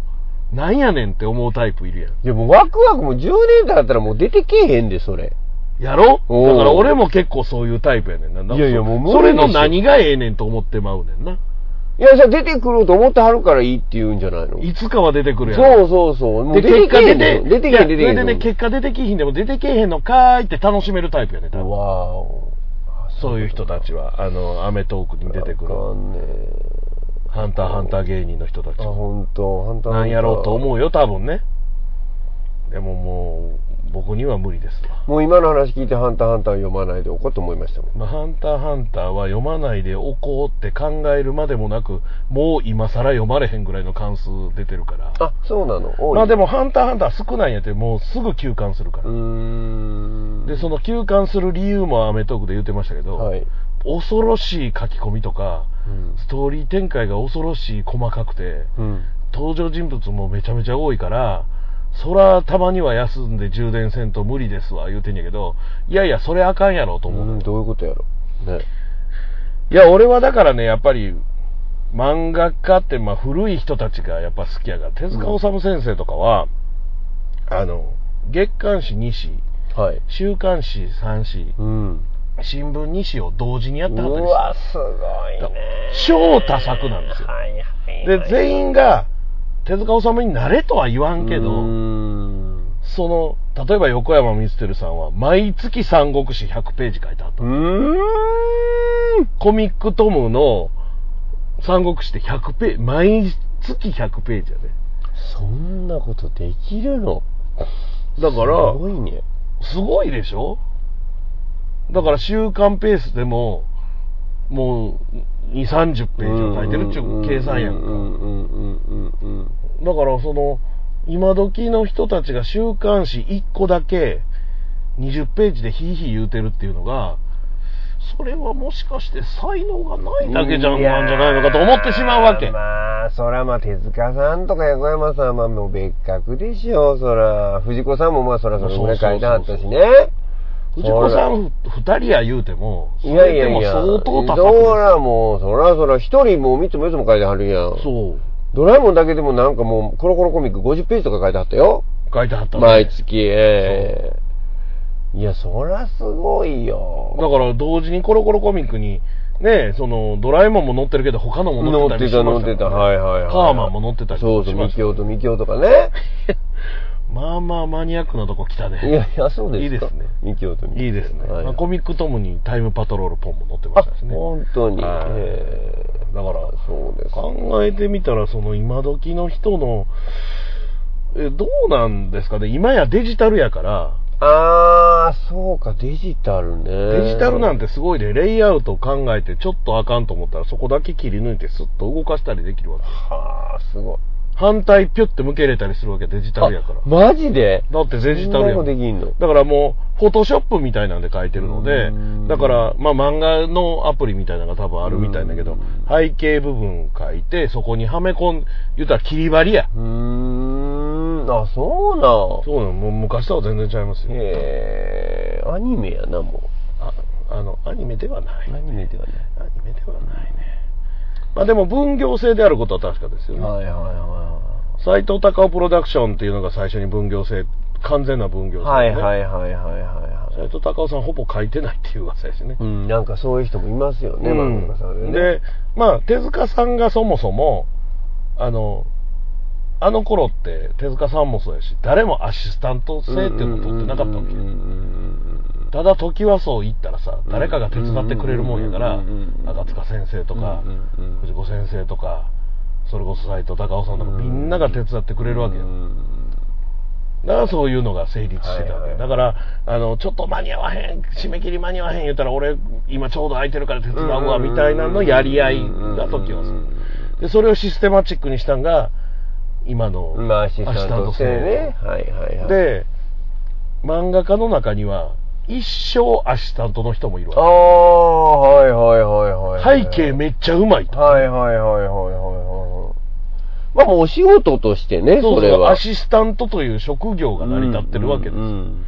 なんやねんって思うタイプいるやん。
でもワクワクも10年経ったらもう出てけえへんで、それ。
やろ
おう
だから俺も結構そういうタイプやねんな。なんか
いやいやもう無理
それの
でしょ
何がええねんと思ってまうねんな。
いや、じゃあ出てくると思ってはるからいいって言うんじゃないの
いつかは出てくるやん。
そうそうそう。もう
で、
出て
結
け
果
え
出
へん
て、
の出てけえへん、出て
いや
けえへん
それで
の。
ね、結果出てきひんでも出てけえへんのかーいって楽しめるタイプやね、多分
わーお。
そういう人たちは、あの、アメトークに出てくる
わ、かんねえ
ハンターハンター芸人の人たち
あ、。ほんと。ハンター
なんやろうと
う。
思うよ、多分ね。でももう、僕には無理ですわ。
もう今の話聞いてハンターハンター読まないでおこうと思いましたもん。
まあ、ハンターハンターは読まないでおこうって考えるまでもなく、もう今更読まれへんぐらいの関数出てるから。
あ、そうなの。多い
まあでも、ハンターハンター少ないんやって、もうすぐ休刊するか
う
ら。
ーん。
で、その休刊する理由もアメトークで言ってましたけど、
はい。
恐ろしい書き込みとか、
うん
ストーリー展開が恐ろしい細かくて、
うん。
登場人物もめちゃめちゃ多いから、そらたまには休んで充電せんと無理ですわ言うてんやけど、いやいや、それあかんやろと思う。
うん、どういうことやろ。ね。
いや、俺はだからね、やっぱり、漫画家って、まあ、古い人たちがやっぱ好きやから、手塚治虫先生とかは、あの、月刊誌2誌、
はい。
週刊誌3誌、
うん。
新聞2誌を同時にやってはったり
う
して
わ、すごい
超
ね。
多作なんですよ。
いはい
で、全員が手塚治虫になれとは言わんけ
うー
ど、
ん
その、例えば横山光輝さんは毎月三国志100ページ書いてあった。
うーん
コミックトムの三国志って100ページ、毎月100ページやで。
そんなことできるの
だから
す、ごいね
すごいでしょだから週刊ペースでも、もう2、30ページを書いてるっちゅう計算やんか。
うんうんうんうんうん
だからその今時の人たちが週刊誌1個だけ20ページでヒーヒー言うてるっていうのがそれはもしかして才能がないだけじゃんなんじゃないのかと思ってしまうわ
いや
け
ーまあそらまあ手塚さんとか横山さんはもう別格でしょそら藤子さんもまあそらそれぐらい書いてあったしね
藤子さん2人や言うてもそ
いやい
れ
や
でも
いや
相当高
そ
く
らもうそらそら一人もう3つも4つも書いてはるやん
そう
ドラえもんだけでもなんかもうコロコロコミック50ページとか書いてあったよ
書いてはったね
毎月、ええいや、そらすごいよ。
だから同時にコロコロコミックにねそのドラえもんも載ってるけど他のも載ってたりしま
乗
し
ったてた、
からね
はいはいはい。
カーマンも乗ってたりしま
そう
した
そう、
から
ミキオとミキオとかね。
まあまあマニアックなとこ来たね
いやいや、そうですか。
いいですね
ミキオとミキオ。
いいですね、
はい
まあコミックともにタイムパトロールポンも載ってま
あ
したし、ね
本当に。
はい
ええ
だから
そうですか。
考えてみたらその今時の人のえどうなんですかね今やデジタルやから
あー、そうか、デジタルね。
デジタルなんてすごいでレイアウトを考えてちょっとあかんと思ったらそこだけ切り抜いてスッと動かしたりできるわけ
はー、すごい。
反対ピュッて向けれたりするわけデジタルやから
あマジで
だってデジタルや
そんなの
もん
できんの
だからもう、フォトショップみたいなんで書いてるの
う
で
ん、
だから、まあ漫画のアプリみたいなのが多分あるみたいだけど、背景部分書いて、そこにはめ込ん、言ったら切り張りや。
うーん、あ、そうな
そ
ん。
うなの、もう昔とは全然違いますよ。
ええアニメやな、も。。
ああの、アニメではないう
アニメではない。
アニメではないね。まあでも分業制であることは確かですよね。
はいはいはいはい。
斎藤隆夫プロダクションっていうのが最初に分業制、完全な分業制、ね。
はいはいはいはいはいは
斎
い。
藤隆夫さんほぼ書いてないっていう噂ですね。
うん、なんかそういう人もいますよね、
うん
漫画家さんでね。
で、まあ、手塚さんがそもそも、あの、あの頃って手塚さんもそうやし、誰もアシスタント制っていうのを取ってなかったわけ
うんうんうんうん
ただ、時はそう行ったらさ、誰かが手伝ってくれるもんやから
うんうんう、ん
赤塚先生とか
うんうんうん、
藤子先生とか、それこそ斎藤隆夫さんとか、
うん
みんなが手伝ってくれるわけ
う
よ。
ん
だからそういうのが成立してたわ
はい
け
はい
だからあのちょっと間に合わへん締め切り間に合わへん言ったら俺今ちょうど空いてるから手伝うわみたいなのやり合いが時はするでそれをシステマチックにしたんが今の、
まあ、アシスタントとしてね。はいはいはい。、
で漫画家の中には一生アシスタントの人もいる
あ
わ
あ、はいはいはいはいはい。
背景めっちゃうまいと
はいはいはいはいはいはい。まあもうお仕事としてね、
そうそ
それ
う
は。
アシスタントという職業が成り立ってるわけです、
うん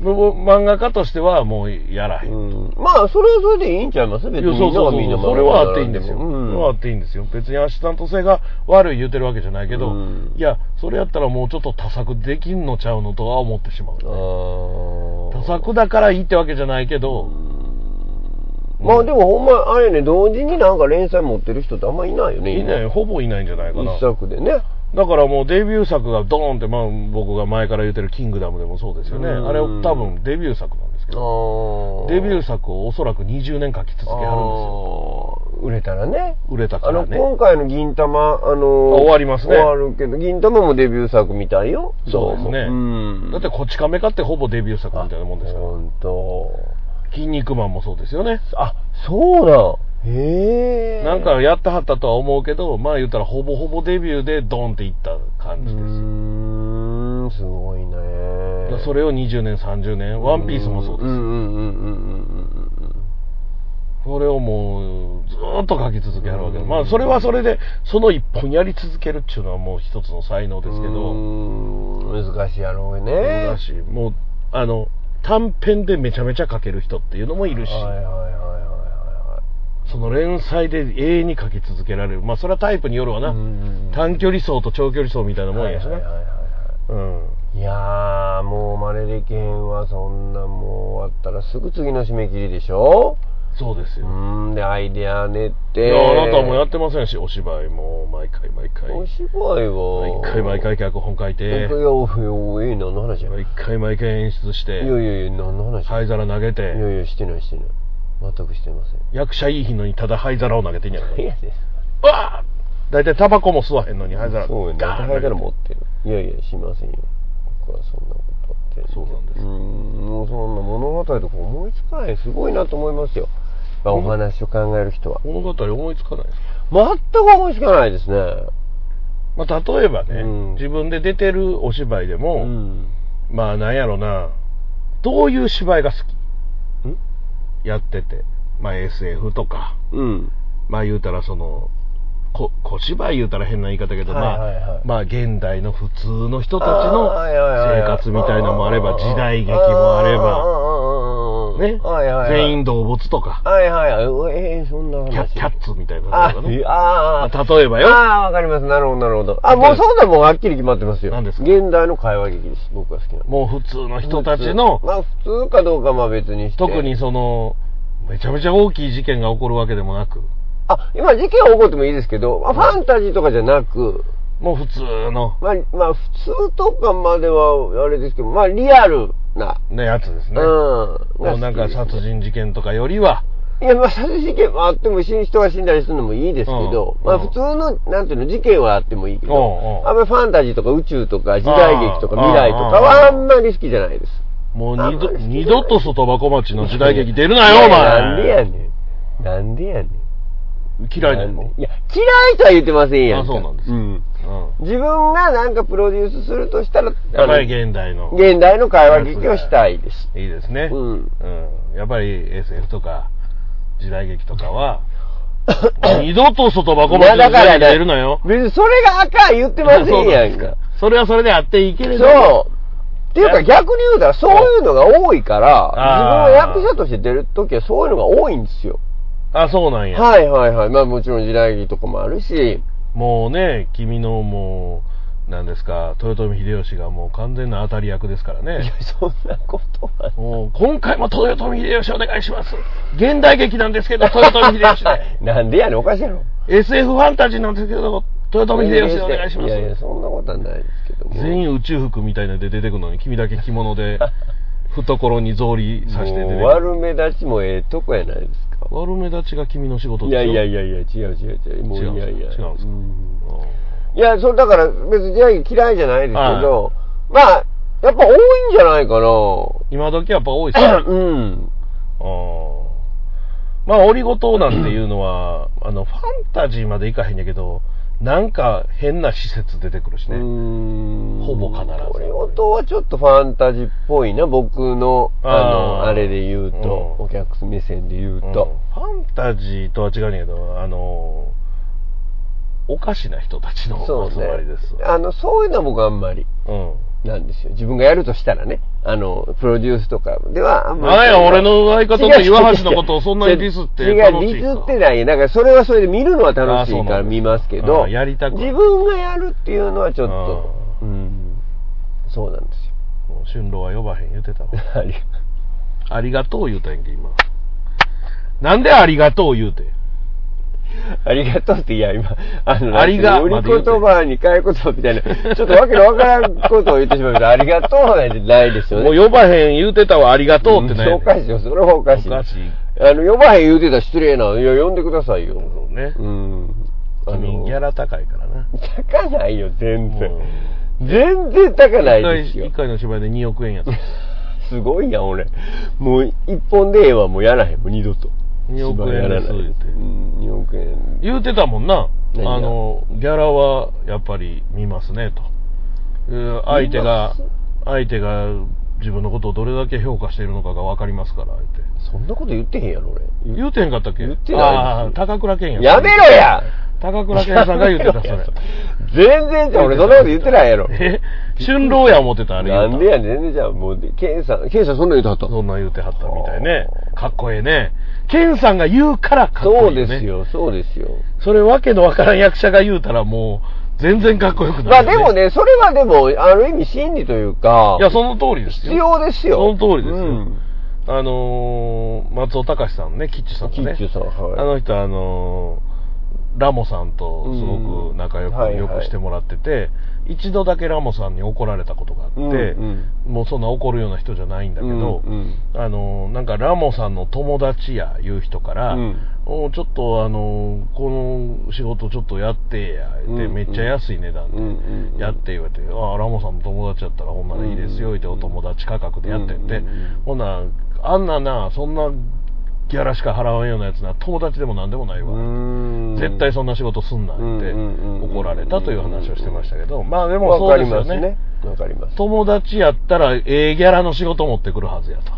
もう漫画家としてはもうやらへん、
うんまあそれはそれでいいんちゃいます別
いや
にみ
そうんそ
な
う
が
そう
みんな
それはあっていいんですよ、
うん
それはあっていいんですよ別にアシスタント性が悪い言うてるわけじゃないけど、
うん
いやそれやったらもうちょっと多作できんのちゃうのとは思ってしまう、ね、多
あ
作だからいいってわけじゃないけど、
ーまあでもほんまあれね同時になんか連載持ってる人ってあんまいないよね
いない
よ
ほぼいないんじゃないかな
一作でね
だからもうデビュー作がドーンって、まあ、僕が前から言ってる「キングダム」でもそうですよね
うん
あれ多分デビュー作なんですけどデビュー作をおそらく20年書き続けはるんですよ
あー売れたらね
売れたか
あ
ら
の
ね
今回の銀玉
あ
あの
終わりますね
終わるけど銀玉もデビュー作みたいよ
そうですね
ども
だって「こち亀」かってほぼデビュー作みたいなもんですから
本当
「筋肉マン」もそうですよね
あそうなんへえ
なんかやってはったとは思うけどまあ言ったらほぼほぼデビューでドーンっていった
う
感じです
ーんすごいね
だからそれを20年30年「ワンピースもそうです
うんうんうんうんうんうんうん
それをもうずーっと書き続けはるわけで、
うん
まあそれはそれでその一本やり続けるっていうのはもう一つの才能ですけ
う
ど
ーん難しいやろうね
だしもうあの短編でめちゃめちゃ書ける人っていうのもいるし、
はいはいはいはいは
その連載で永遠に書き続けられるまあそれはタイプによるわ
い
な、
はいうん
短距離走と長距離走みたいなもんやし
はいはい
な
はいはい
うん
いやーもう真似できへんわそんなもう終わったらすぐ次の締め切りでしょ
そうです
う
よ、
ーんでアイデア練っ
い
て
やあなたもやってませんしお芝居も毎回毎回
お芝居は
毎回毎回脚本書い
え
て
いやいやいい何の話やい
毎回毎回演出し
や
て
いやいや何の話や
灰皿投げて
いやいやしてないしてない全くしてません
役者いい日のにただ灰皿を投げてんやろ
いやです
わあ大体タバコも吸わへんのに灰皿
そうよね
ガーン
灰皿持ってるいやいやしませんよ僕はそんなことって
そうなんです
うーんもうそんな物語とか思いつかないすごいなと思いますよまあお話を考える人は
物語思いつかないですか、
全く思いつかないですね
まあ、例えばね、
うん
自分で出てるお芝居で
う
も、
ん
まあなんやろなどういう芝居が好き
ん
やっててまあ SF とか
うん
まあ言うたらそのこ小芝居言うたら変な言い方やけど、
はいはい
ま
はい
あまあ現代の普通の人たちの生活みたいなのもあれば時代劇もあれば
ば
ね全員動物とか
はいはいはいえーそんな話
キャキャッツみたいなの
あ
とかね
えあー
まあ例えばよ
ああ、わかります。なるほど、なるほど。あ、もうそうだ、もうはっきり決まってますよ。
何ですか
現代の会話劇です。僕が好きなの。
もう普通の人たちの
普通まあ、普通かどうかはまあ別にして。
特に。そのめちゃめちゃ大きい事件が起こるわけでもなく
あ、今事件は起こってもいいですけど、まあ、ファンタジーとかじゃなく、
もう普通の、
まあ、まあ、普通とかまではあれですけど、まあ、リアルな。
ね、やつです
うん。
ね、もうなんか
が好き
殺
ですね
人事件とかよりは、
いや、まあ、殺人事件もあっても、死ん人が死んだりするのもいいですけど、
うん
まあ、
うん
普通の、なんていうの、事件はあってもいいけど、
うんうん
あんまりファンタジーとか宇宙とか時代劇とか
あー
未来とかはあんまり好きじゃないです。
もう二
あ
度
まり
二度と外箱町の時代劇出るなよ、お
いやなんでや
前。
ねん。なんでやねん。
嫌いなの
んでいや、嫌いとは言ってませんやんか。
あそうなんです
ん
うん。
自分がなんかプロデュースするとしたら、
やっぱり
あ
現代の
の。現代の会話劇をしたいです。
いいですね。
うん。
うん。やっぱり SF とか、時代劇とかは、二度と外箱町の時代劇出るなよ。
別にそれが赤い言ってません
そうなん
や
です
んか
か。。それはそれであっていいけれども。
そう。っていうか逆に言うたら、そういうのが多いか
あ
ら、
ー
自分は役者として出るときはそういうのが多いんですよ。
あ、そうなんや。
はいはいはい。まあもちろん時代劇とかもあるし、
もうね、君のもう、なんですか、豊臣秀吉がもう完全な当たり役ですから
い
ね
や。、そんなことは。
もう今回も豊臣秀吉お願いします。現代劇なんですけど、豊臣秀吉で。
なんでやねん、おかしいやろ。
SF ファンタジーなんですけど、豊臣秀吉でお願いします。
いやいや、そんなことはないですけども。
全員宇宙服みたいなので出てくるのに、君だけ着物 で、懐に草履さして出てく
もう
る。
悪目立ちもええとこやないですか。
悪目立ちが君の仕事
い
ですよ
やいやいやいや、違う違う違う。もう
違うん
い
ですか
やいや。
違うんですか
ん
うん
いや、それだから別に時代劇嫌いじゃないですけど、まあ、やっぱ多いんじゃないかな。
今時やっぱ多いっ すね。うん
うん。
まあ、オリゴ糖なんていうのは、あの、ファンタジーまでいかへんやけど、なんか変な施設出てくるし
うー
ね。
ん
ほぼ必ず
これ音はちょっとファンタジーっぽいな、僕の、あの、
あー
あれで言うと、
うん
お客さん目線で言う
うん
と。
ファンタジーとは違うんやけど、あの、おかしな人たちの
そう
集まりです。
ね。あの、そういうのは僕あんまり
うん。
なんですよ。自分がやるとしたらね、あの、プロデュースとかではあんまり。
なんや、俺の相方の岩橋のことをそんなに
違う
ディスって
違う、
楽
デ
しいか。
ィスってない。なんかそれはそれで見るのは楽しいから見ますけ
あ
ど、
ーやりたくは
自分がやるっていうのはちょっと、うん、そうなんですよ。
もう春郎は呼ばへん言うてたわ。
あり
ありがとう言うたんやんけ、今。なんでありがとう言うて。
ありがとうって、いや、今、あの、
ありが
売り言葉に買い言葉みたいな、ちょっとわけのわからんことを言ってしまうけど、ありがとうなんてないですよね。
もう呼ばへん言うてたわ、ありがとうってなん
うん
やね
お
ん
かしいよ、それはおかしい。
おかしい
あの、呼ばへん言うてたら失礼なの。いや、呼んでくださいよ。
そうね
う。ん。あ
君
の、
ギャラ高いから な。
高ないよ、全然
も。
全然高ないです
一回
よ
一。回の芝居で2億円 やった。
すごいやん、俺。もう、一本でええわ、もうやらへん、もう二度と。
2億
芝居
円
やら
で
な
す
い
言うて。
うん、2億円。
言うてたもんな。
何が
あの、ギャラはやっぱり見ますね、と。うん相手が
見ま、
相手が自分のことをどれだけ評価しているのかが分かりますから、言って。
そんなこと言ってへんやろ、俺。
言うてへんかったっけ
言ってないです
ああ、高倉健や。
やめろや
高倉健さんが言うてた、それ。
全然じゃん俺そんなこと言ってないやろ。
え春郎や思ってた、あれ言う
な
た。
んでやねん全然じゃん。もう、ケンさん、ケンさんそんな言うてはった。
そんなん言うてはったみたいね。かっこええね。健さんが言うからかっこ
そう
いい、ね。
です。よ、そうですよ。
それわけのわからん役者が言うたらもう、全然かっこよく
ま
な
あ
い、
でも。ね、それはでも、ある意味真理というか、
いや、その通りですよ。
必要ですよ。
その通りですよ
うん
あのー、松尾隆さんね、キッチさん
キ
ね。
ッチュさん、はい。
あの人、あのーラモさんとすごく仲良
うんはいは
く
い
よくしてもらってて、一度だけラモさんに怒られたことがあって、
うんうん
もうそんな怒るような人じゃないんだけど、
うんうん
あのーなんかラモさんの友達やいう人から、
うん
おうちょっとあのーこの仕事ちょっとやってや、言って
うんうん
めっちゃ安い値段で
うんうんうん
やって言われて、ああ、ラモさんの友達やったらほんならいいですよ、言ってお友達価格でやってんで、
うんうんうん
ほんならあんなな、そんなギャラしか払わんようなやつな、友達でもなんでもないわ。
うん
絶対そんな仕事すんなって
うんうんうんうん
怒られたという話をしてましたけど、まあでも
わ
そう
か
で
り
すよ
ますね
ね。。
わかります。
友達やったらええギャラの仕事持ってくるはずやと。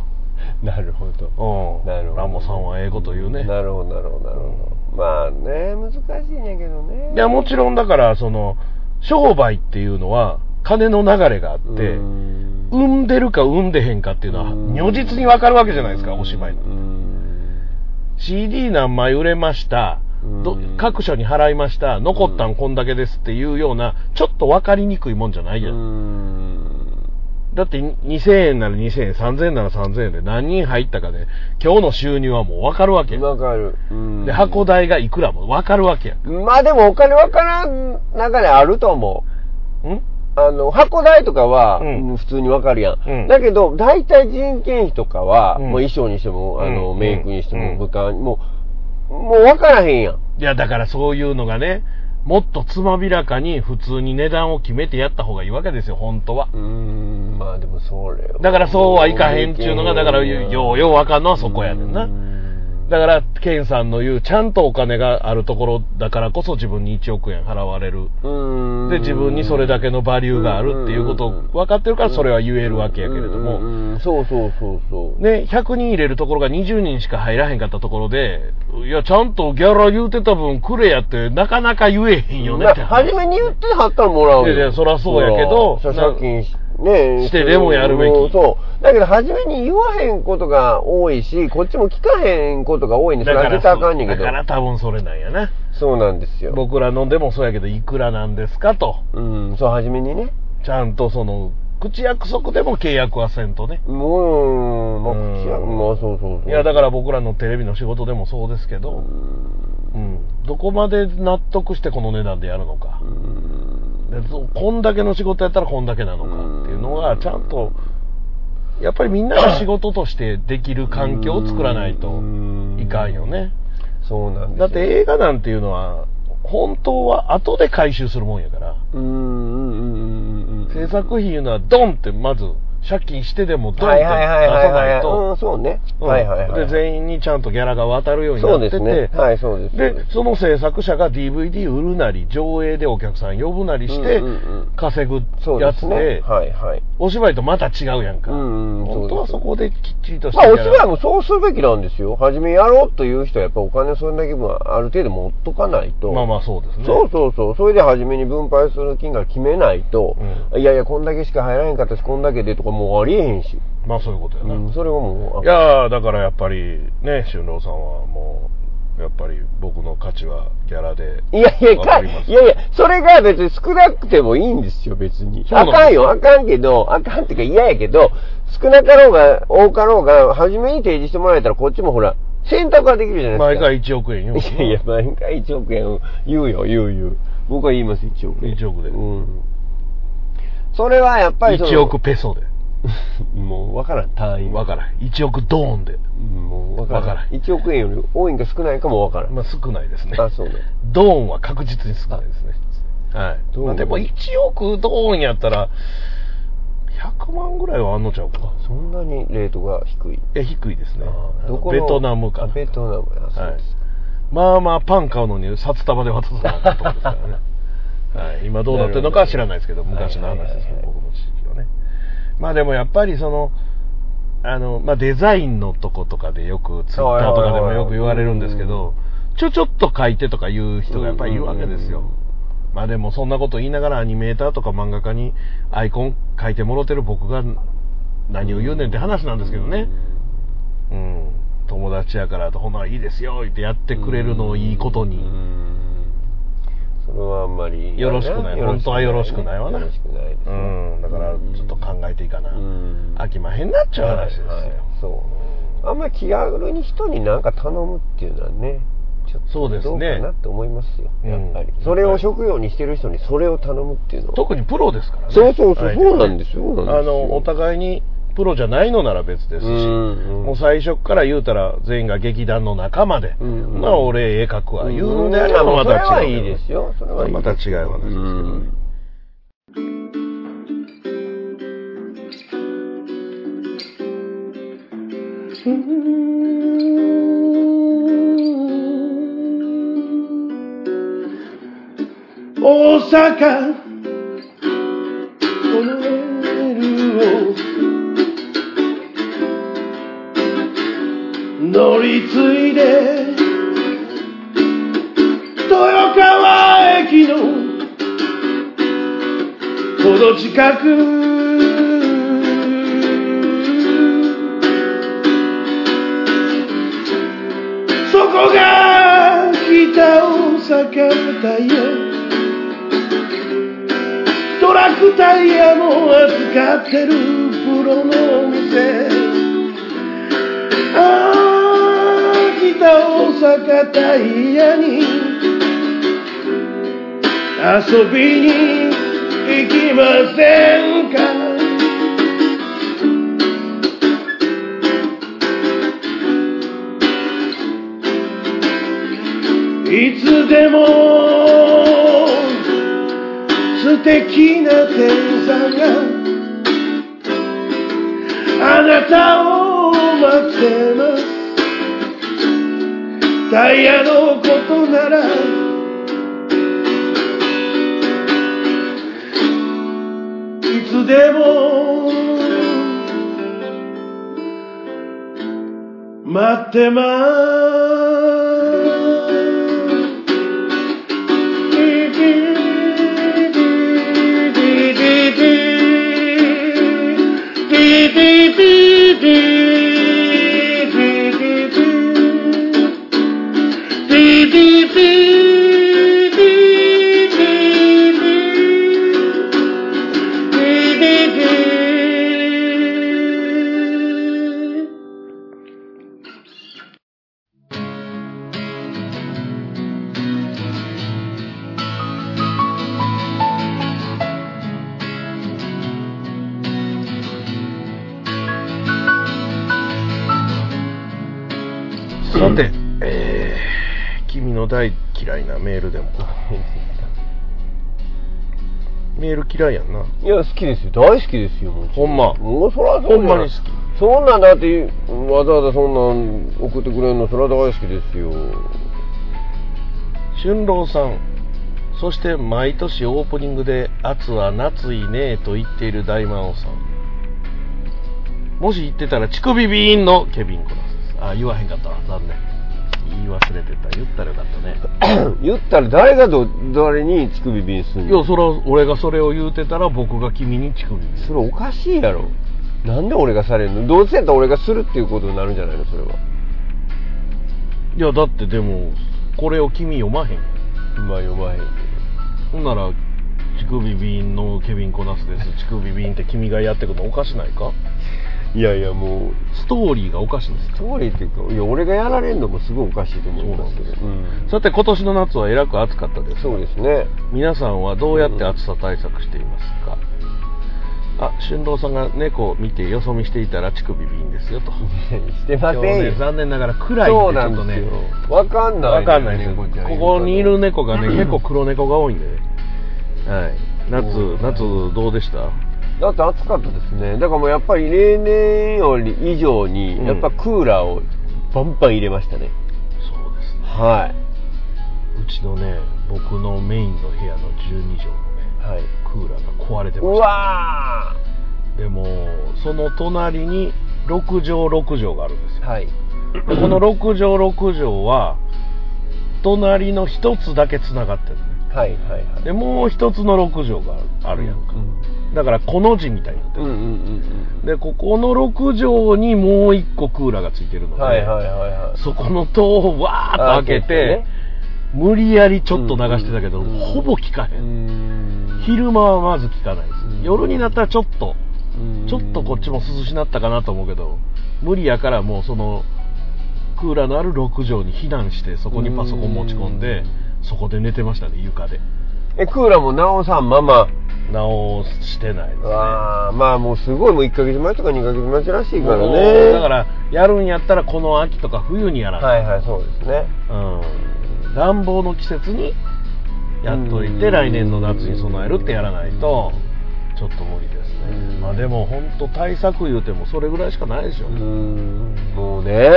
なるほど。
うん。
なるほど
ラモさんはええこと言うね。
なるほど、なるほど、なるほど。まあね、難しいんやけどね。
いや、もちろんだから、その、商売っていうのは金の流れがあって、
うん
産んでるか産んでへんかっていうのは、
うん
如実にわかるわけじゃないですか、お芝居の。
うん。
CD 何枚売れました、ど
うん
各所に払いました、残ったんこんだけですっていうような、ちょっとわかりにくいもんじゃないやん。
うん
だって2000円なら2000円、3000円なら3000円で何人入ったかで、今日の収入はもうわかるわけやん。
わかる。うん
で、箱代がいくらもわかるわけやん。
まあでもお金わからん中であると思う。
ん
あの、箱代とかは、
うん
うん普通にわかるやん。
うん
だけど、大体人件費とかは、
うん
もう衣装にしても、あの、
うん
メイクにしても、
うん
武漢、もう、もうわからへんやん。
いや、だからそういうのがね、もっとつまびらかに普通に値段を決めてやった方がいいわけですよ、本当は。
うん、まあでもそれは
だからそうはいかへんっちゅうのが、だからようようわかんのはそこやねんな。だから、ケンさんの言う、ちゃんとお金があるところだからこそ自分に1億円払われる。
うん
で、自分にそれだけのバリューがあるっていうことを分かってるからそれは言えるわけやけれど
うん
も、
うんうんそうそうそうそう。
ね、100人入れるところが20人しか入らへんかったところで、いや、ちゃんとギャラ言うてた分くれやって、なかなか言えへんよねって話。
初めに言ってはったらもらうよ。
いやいやそらそうやけど
そら著作権しね
してでもやるべき
そう。だけど、初めに言わへんことが多いし、こっちも聞かへんことが多いね。そ
だ
れ
か
は
ら
絶対あかんねんけ
だ
ど
か。ら多分それなんやな。
そうなんですよ。
僕ら飲んでもそうやけど、いくらなんですかと。
うん、そう、初めにね。
ちゃんとその、口約束でも契約はせんとね。
もう、まあ、
うん
口はまあ、そうそうそう。、
いや、だからら僕らのテレビの仕事でもそうですけど、うん、どこまで納得してこの値段でやるのか、でそうこんだけの仕事やったらこんだけなのかっていうのが、ちゃんと、やっぱりみんなが仕事としてできる環境を作らないといかんよね。
そうなんです
だって、映画なんていうのは、本当は後で回収するもんやから、
うん、うん、うん、うんうん。
制作費いうのはドンってまず借金してでもどうやっ
はい
て出
はいはいは
さ
いは
ない
い。う
と
ん、そうね。
うん
はいはいはい。
で全員にちゃんとギャラが渡るようにな
そう
って
で
て
すね。はい、そうです。そう
で
です
その制作者が DVD 売るなり上映でお客さん呼ぶなりして
うんうんうん
稼ぐ
そう
や
で
つ
す
で,、
ね。はいはい。
お芝居とまた違うやんか、
うんうん
本当は
そ
そう
です
こできっちりとし
ま
た
あ、
ギャ
お
ラ
芝居もそうするべきなんですよ。初めやろうという人は、やっぱお金それだけ分ある程度持っとかないと。
まあまあそうですね
そうそうそう。それで初めに分配する金額決めないと、
う
いやいや、こんだけしか入らへんかったし、こんだけでとかもうありえへんし。
まあそういうことやな、
うん、それはもう、
いやーだからやっぱりね俊郎さんはもうやっぱり僕の価値はギャラで
いやいや、
わ
か
か
い
ります
やいや、それが別に少なくてもいいんですよ、別に。
そうな
あ
んです
かんよ、あかんけど、あかんっていうか嫌やけど、少なかろうが多かろうが、初めに提示してもらえたら、こっちもほら、選択ができるじゃない
毎
ですか。
回1億円言うもんない
やいや、毎回1億円言うよ、言う言う。僕は言います、1億円。
1億で
うん。それはやっぱりその
1億ペソで
もう分からん、単位。
わからん1億ドーンで、
ん。もう分からん。
わからん
1億円より多いんか少ないかも分からん。
まあ、少ないですね
あ、そうね。
ドーンは確実に少ないですね。はい。
ドーン
まあでも1億ドーンやったら、100万ぐらいはあんのちゃうか。
そんなにレートが低い。
え、低いですね
あ。ー
どこベトナムか
あ
な。
ベトナムや、そうですか。
まあまあパン買うのに札束で渡さなあかんとこですから ね。はい、今どうなってるのかは知らないですけど、
なるほど
昔の話ですけど、
はいはいはいはい
僕の知識はね。まあでもやっぱりその、あの、まあデザインのとことかでよく、ツイッターとかでもよく言われるんですけ
はいはいは
ど、ちょちょっと書いてとか言う人がやっぱりいるわけです
うん
よ
うんうん。
まあでもそんなこと言いながらアニメーターとか漫画家にアイコン書いてもろてる僕が何を言うねんって話なんですけどね。うん。友達やからと、ほないいですよ、ってやってくれるのをいいことに。
うんそれはあんまり
よろしくない本当はよろしくないわな
よろしくないです
う
ね
ん、だからちょっと考えていかな、
うん
飽きまへんなっちゃう話ですよ、
はいはいそうあんまり気軽に人に何か頼むっていうのはねちょっ
そう
と
です
どう
ね
かなって思いますよ
うん
やっぱりそれを職業にしてる人にそれを頼むっていうのは
特にプロですからね
そうそうそう
相手
そう
はね
なんですよそうなんですよ
あのお互いにプロじゃないのなら別ですし、
うんうん
もう最初から言うたら全員が劇団の仲間で、
うんうん
まあ俺絵描くわ、
うん
言うのであればまた違う
それはいいですよそれはいい
また違う話ですけどね、
うん
大阪このメールを乗り継いで豊川駅のほど近くそこが北大阪タイヤトラックタイヤも扱ってるプロのお店ああ北大阪タイヤに遊びに行きませんかいつでも素敵な天才があなたを待ってますタイヤのことならいつでも待ってます
さて、えー君の大嫌いなメールでも。 メール嫌いやんな。
いや好きですよ大好きですよもちろ
ほんま。
もうそらそうじ
ほ
ゃ
ん
い
まに好き。
そんなんだってわざわざそんなん送ってくれるのそれは大好きですよ
春郎さんそして毎年オープニングで「夏は夏いねえ」と言っている大魔王さんもし言ってたら乳首ビーンのケビン・コナスですあ言わへんかったわ残念言い忘れてた言ったらよかったね
言ったら誰がど誰に乳首ビンすん
いや
の
それは俺がそれを言うてたら僕が君に乳首ビン
それおかしいやろなんで俺がされるのどうせやったら俺がするっていうことになるんじゃないのそれはい
やだってでもこれを君読まへん
まあ読まへんけ
ほんなら乳首ビーンのケビン・コナスです乳首ビーンって君がやってくのおかしないか
どいやいやもう
ストーリーがおかしいんです
ストーリーっていうかいや俺がやられるのもすごいおかしいと思いますけど
そう
うん
さて今年の夏はえらく暑かったです
そうですね
皆さんはどうやって暑さ対策していますか、あ俊郎さんが猫を見てよそ見していたら乳首ビンですよ と
してません
今日ね
よ
残念ながら暗い
そ
んで
う
ち
な
ょっと
んで
ね
すよわかんない
わかんないです
猫ちゃん
ここにいる猫がね
うん
結構黒猫が多いんでねはい夏
そう
夏どうでした
だって暑かったですねだからもうやっぱり例年より以上
うん
にやっぱクーラーをバンバン入れましたね、
そうですね
は
うちのね僕のメインの部屋の12畳のね
い、はい、
クーラーが壊れて
う
ました
わ
でもその隣に6畳6畳があるんですよ
ーはい
でこの6畳6畳は隣の1つだけつながってるね
はいはいはい
でもう1つの6畳があるやんか、だからこの字みたいになって
うん
る、
うん
でここの6畳にもう1個クーラーがついてるの
うん
で、
はいはいはいはい
そこの戸をわーっと開けて
開けてね
無理やりちょっと流してたけど、
うん
ほぼ効かへ、
うんん
昼間はまず効かないです、
うん
夜になったらちょっと
うん
ちょっとこっちも涼しなったかなと思うけど無理やからもうそのクーラーのある6畳に避難してそこにパソコン持ち込んでそこで寝てましたね床で
えクーラーも直さんまま
直してないですね
わあまあもうすごいもう1ヶ月前とか2ヶ月前らしいから
も
ね
うだからやるんやったらこの秋とか冬にやら
はい
ない、
はいそうですね
うん、暖房の季節にやっといて
うん
来年の夏に備えるってやらないとちょっと無理ですね
うん
まあでも本当対策言うてもそれぐらいしかないでしょ、
う
うん
んもうね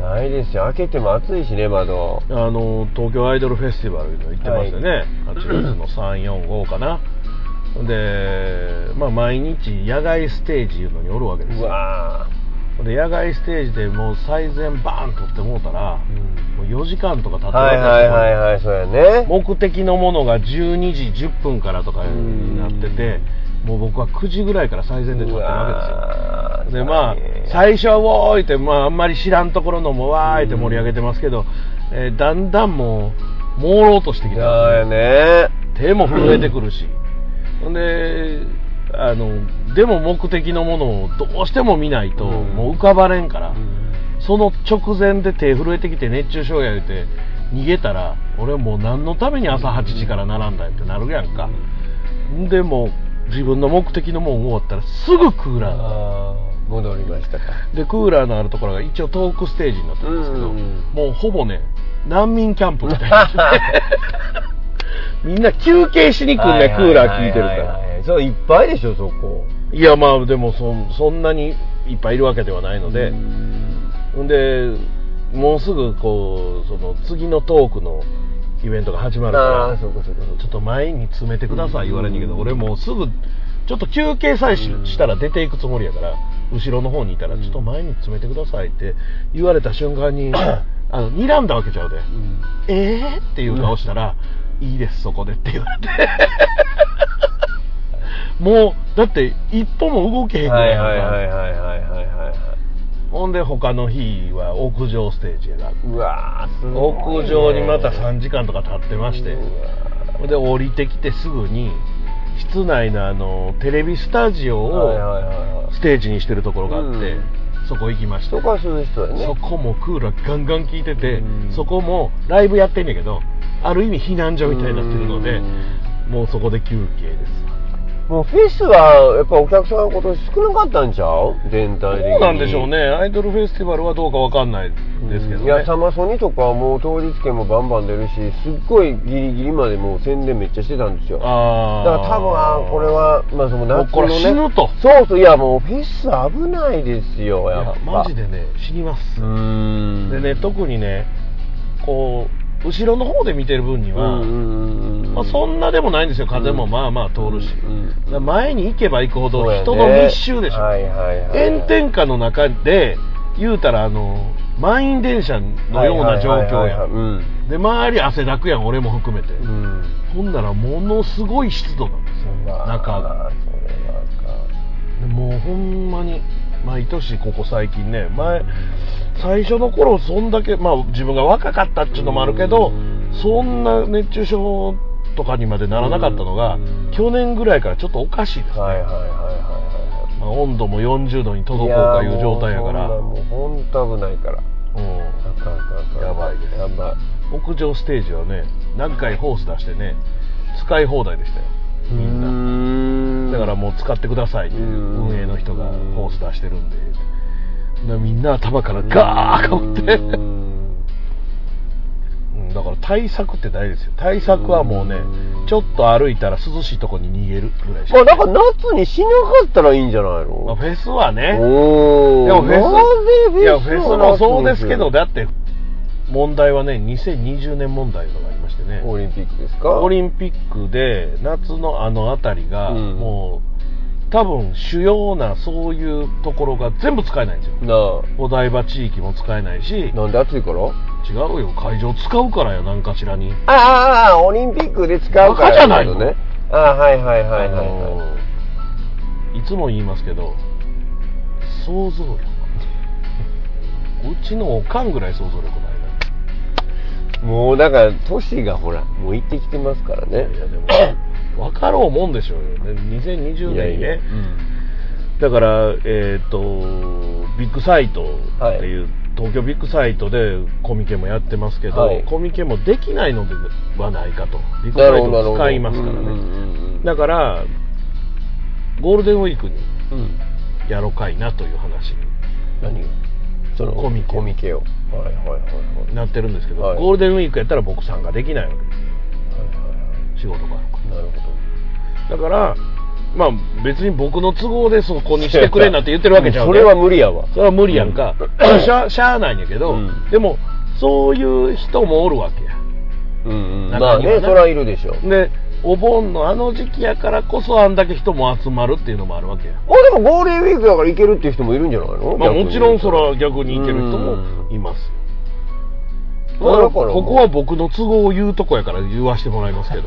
ないですよ開けても暑いしね窓
あの東京アイドルフェスティバルいうの行ってましたね、8月の345かなで、まあ、毎日野外ステージいうのにおるわけです
う
よ
わあ
で野外ステージでもう最前バーンとってもうたら、もう4時間とか経ってるわ
は
け
い
ですよ
はいはいはいそうやね
目的のものが12時10分からとかになっててもう僕は9時ぐらいから最前で立ってるわけですよでまあ最初は「おーい」って、まあ、あんまり知らんところのも「わーい」って盛り上げてますけど、えーだんだんもう朦朧としてき
だ
た
よね
手も震えてくるし、ほんであのでも目的のものをどうしても見ないと、
うん
もう浮かばれんから、その直前で手震えてきて熱中症や言うて逃げたら俺もう何のために朝8時から並んだんやってなるやんか、ん、でもう自分の目的のもん終わったらすぐクーラーが
あー戻りましたか
でクーラーのあるところが一応トークステージになってるんですけど、
うん
もうほぼね難民キャンプみたいな みんな休憩しに来んねクーラー効いてるから
らそういっぱいでしょそこ
いやまあでもそそんなにいっぱいいるわけではないので、ほんでもうすぐこうその次のトークのイベントが始まる
ああ
か
そうかそうかそう
らちょ
か
っと前に詰めてください言われんねんけど俺もうすぐちょっと休憩さえししたら出ていくつもりやから後ろの方にいたらちょっと前に詰めてくださいって言われた瞬間 にあの睨んだわけちゃうでえーっていう顔したら、いいですそこでって言われて もうだって一歩も動けへんぐ
は
ら
い
いやか
は
ら
いはいはいはいはいはいは
ほんで他の日は屋上ステージがあって
いうわあすごい
屋
ね
上にまた3時間とか経ってましてで降りてきてすぐに室内のあのテレビスタジオ
はいは
を
いはいはい
ステージにしてるところがあって
うん
そこ行きました
そこは涼しそうやね
そこもクーラーガンガン効いてて
うん
そこもライブやってんやけどある意味避難所みたいになってるので
うん
もうそこで休憩です
もうフェスはやっぱお客さん今年少なかったんちゃう全体的に
どうなんでしょうねアイドルフェスティバルはどうかわかんないですけどね
いやサマソニとかはもう当日券もバンバン出るしすっごいギリギリまでもう宣伝めっちゃしてたんですよだか
あ
ら多分あーこれはまあその
もう
夏
こ
の
れ死ぬ
ね
と
そうそういやもうフェス危ないですよ
い
やっ
や
ぱ
マジでね死にます
うーん
でね特にねこう後ろの方で見てる分に
う
は、
んうん
まあ、そんなでもないんですよ風もまあまあ通るし、
うん
だから前に行けば行くほ
そう
ど
やね
人の密集でしょ、
はいはいはいはい
炎天下の中で言うたらあの満員電車のような状況
はいはいはいはい
や
はいうん
で周り汗だくやん俺も含めて、
うん
ほんならものすごい湿度なんですよ中が
が
でもうほんまに毎年ここ最近ね前最初の頃そんだけまあ自分が若かったっちゅうのもあるけど
うん
そんな熱中症とかにまでならなかったのが
うん
去年ぐらいからちょっとおかしいです、
はいはいはいはいはい
まあ、温度も40度に
ど
届こうかいう状態やから
もう本当危ないから
うん
あかんあかんあかん
やばいです
やばい
屋上ステージはね何回ホース出してね使い放題でしたよみんなだ
な
から
う
もう使ってくださいっていう
うん
運営の人がホース出してるんででみんな頭からガーッかぶって
ー ん
うんだから対策って大事ですよ対策はもうね
うん
ちょっと歩いたら涼しいとこに逃げるぐらいし
ま
か
あだから夏にしなかったらいいんじゃない
まあ
の
フェスはね
おー
でもフェ
な
ス
ぜ
いやフェスもそうですけ
を
ど
夏に
だって問題はね2020年問題とかありましてね
オリンピックですか
オリンピックで夏のあの辺りが、
うん
もう多分主要なそういうところが全部使えないんですよ
なあ
お台場地域も使えないし違う
なんで暑いから
よ会場使うからや何かしらに
ああああオリンピックで使う
バ
から
カじゃないの
ねああはいはいはいはい
あ
はい
のいつも言いますけど想像力 うちのおかんぐらい想像力ないな
もうだから都市がほらもう行ってきてますからね
いやでも分かろうもんでしょうよね2020年にね
いやいや
だから、えー、とビッグサイトっていう、東京ビッグサイトでコミケもやってますけど、
はい
コミケもできないのではないかとビッグ
な
サ
る
イ
ほどな
ト
るほ
を
ど
使いますからね、
うんうんうん
だからゴールデンウィークに
うん
やろかいなという話
何がその
コミケ
コミケをはいはいはいはい
になってるんですけど、
はい
ゴールデンウィークやったら僕参加できないわけで
はいはい
す仕事があるか
はいなるほ
らだからまあ別に僕の都合でそこにしてくれなんて言ってるわけじゃん
どそれは無理やわ
それは無理やんか、しゃしゃあないんやけど、
うん
でもそういう人もおるわけや
うんうん
中にはな
まあねそれはいるでしょう
でお盆のあの時期やからこそあんだけ人も集まるっていうのもあるわけや
まあでもゴールデンウィークだから行けるっていう人もいるんじゃないの
まあ
逆に
もちろんそれは逆に行ける人もいますよ
まあだから
ここは僕の都合を言うとこやから言わしてもらいます けど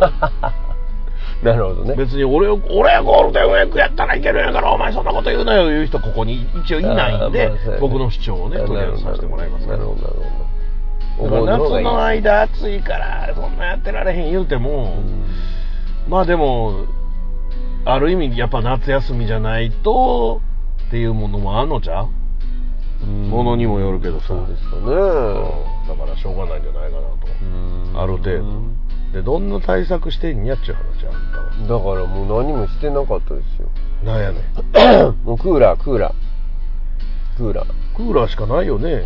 なるほどね
別に俺を俺はゴールデンウィークやったらいけるんやからお前そんなこと言うなよ言う人ここに一応いないんで、
あーまあそうやね
僕の主張をねとりあえずさせてもらいますけ
なるほどなるほど
どだから夏の
間
間暑いからそんなやってられへん言うても、まあでもある意味やっぱ夏休みじゃないとっていうものもあんのじゃうものにもよるけどさ
そうですかね
だからしょうがないんじゃないかな
うん
ある程度とでどんな対策してんやっちゅう話あんたは
だからもう何もしてなかったですよ
なんやねん
もうクーラークーラークーラー
クーラーしかないよね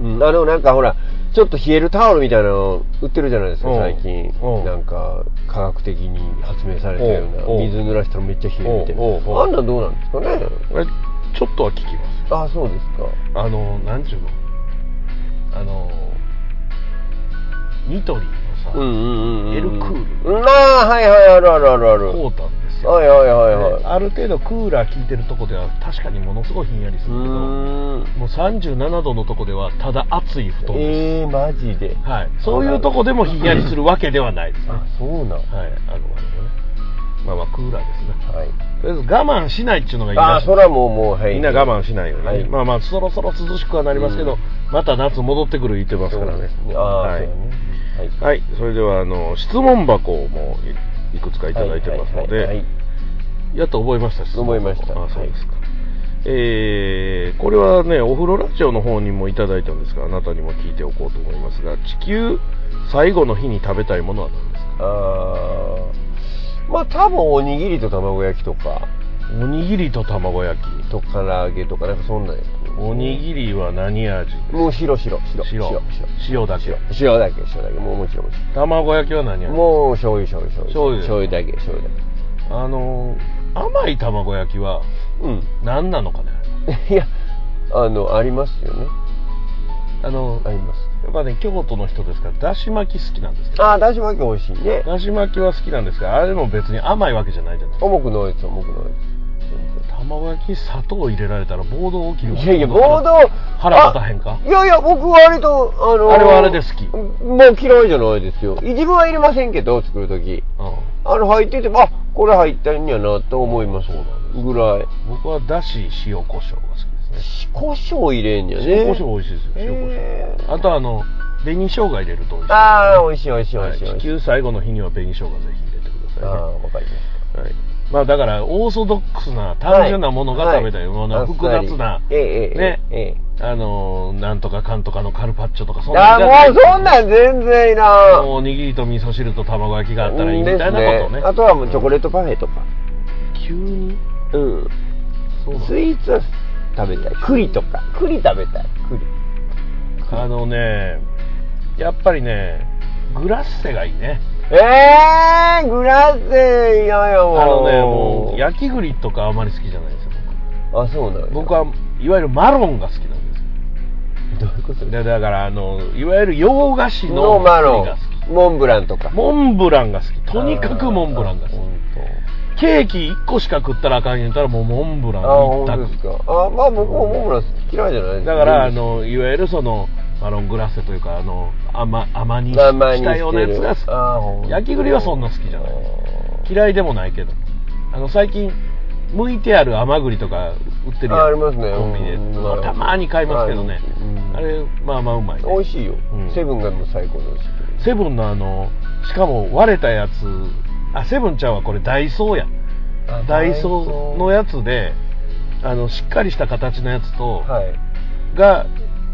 うんあのなんかほらちょっと冷えるタオルみたいなの売ってるじゃないですか
うん
最近
うん
なんか科学的に発明されたような
うん
水濡らしたらめっちゃ冷えるみたい
うんうん
なあんなんどうなんですかね
これちょっとは聞きます
あそうですか
あのなんちゅうのあのニトリのさ、
うんうんうんうん
エルクー
ルああはいはいあるあるあるある
こうたんですよ
はいはいはいはい
である程度クーラー効いてるとこでは確かにものすごいひんやりす
う
るけど
ーん
もう37度のとこではただ暑い布団です、
えー、マジで
はい、そういうとこでもひんやりするわけではないですね、
あそうなんは
はい、あのあのねまあまあクーラーですね
い
とりあえず我慢しないっていうのがいい
あ
ら
あ
しい
そらもうもうはい
みんな我慢しないようにね、
はい
まあまあそろそろ涼しくはなりますけど、
うん
また夏戻ってくる言ってますからね
ああ、
は
はいい、はい
はい、それではあの質問箱もいいくつかいただいてますので、
はいはいはい
やっと覚えました質問
覚えました
あそうですか、えーこれはねお風呂ラジオの方にもいただいたんですがあなたにも聞いておこうと思いますが地球最後の日に食べたいものは何ですか
あまあ多分おにぎりと卵焼きとか
おにぎりと卵焼き
と唐揚げとかなんかそんなんやと思
お
うんですね
にぎりは何味
もう白白白
白塩だけ
白白塩だけ塩だけもうもちろんもち
卵焼きは何
ろん
味
もう醤油醤油醤油
醤油
だけ醤油だ
あのー甘い卵焼きは
けう
何なのかね
んいやあのありますよね
あの
あります
やっぱね京都の人ですからだし巻き好きなんですけど
ああだし巻き美味しいね
だし巻きは好きなんですがあれも別に甘いわけじゃないじゃない
重くないです重くない
卵焼きに砂糖入れられたら暴動起きる
ですいやいや暴動
腹立たへんか
いやいや、僕はあれと、あの
あれはあれで好き
もう嫌いじゃないですよ。自分は入れませんけど、作るとき。
う
あの、入ってても、あ、これ入ったんやな、と思います。ぐらい。
ん僕はだし塩コショウが好きですね
胡椒入れんやね。
塩コショウ美味しいですよ塩コシ
え
ョウあとあの紅生姜入れると美味しい
ああ、美味しい美味しい美
は
味
い
しい美
地
味しい。
球最後の日には紅生姜ぜひ入れてく
あ
ださ
あ、わかりま
いね、はいまあだからオーソドックスな単純なものが食べたい、もうな
あっさ
複
り
雑な、
ええええ
ね
ええ
あのーなんとかかんとかのカルパッチョとかそんなん
あ
じゃない
あ、もうそんなん全然いいな。
もうおにぎりと味噌汁と卵焼きがあったらいいみたいなこと
です
をね
あとはもうチョコレートパフェとか。
急に
うん。
そうなの
スイーツは食べたい。栗とか。栗食べたい。栗。
あのねやっぱりねグラッセがいいね
えー、グラッセ嫌よ
あのねもう焼き栗とかあまり好きじゃないんですよ
あそうなの
僕僕はいわゆるマロンが好きなんです
どういうこと
よでだからあのいわゆる洋菓子
ノ
の
ーマロ
栗が好き
ンモンブランとか
モンブランが好きとにかくモンブランが好きケーキ1個しか食ったらあかん言うたらもうモンブラ
あ
ン
本
一
当です
択
かあまあ僕もモンブラン嫌いじゃない
だからあのいわゆるそのマロングラッセというかあの甘甘煮
まあまあ
したようなやつが好き焼き栗はそんな好きじゃない嫌いでもないけどあの最近剥いてある甘栗とか売ってるやん
あありますね
コンビニで、
うんうん
まあたまに買いますけどね、
うん
あれまあまあうまい、ね、
美味しいよ、
うん
セブンがもう最高に美味しい
セブンのあのしかも割れたやつあセブンちゃんはこれダイソーやダイソーのやつであのしっかりした形のやつと、
はい
が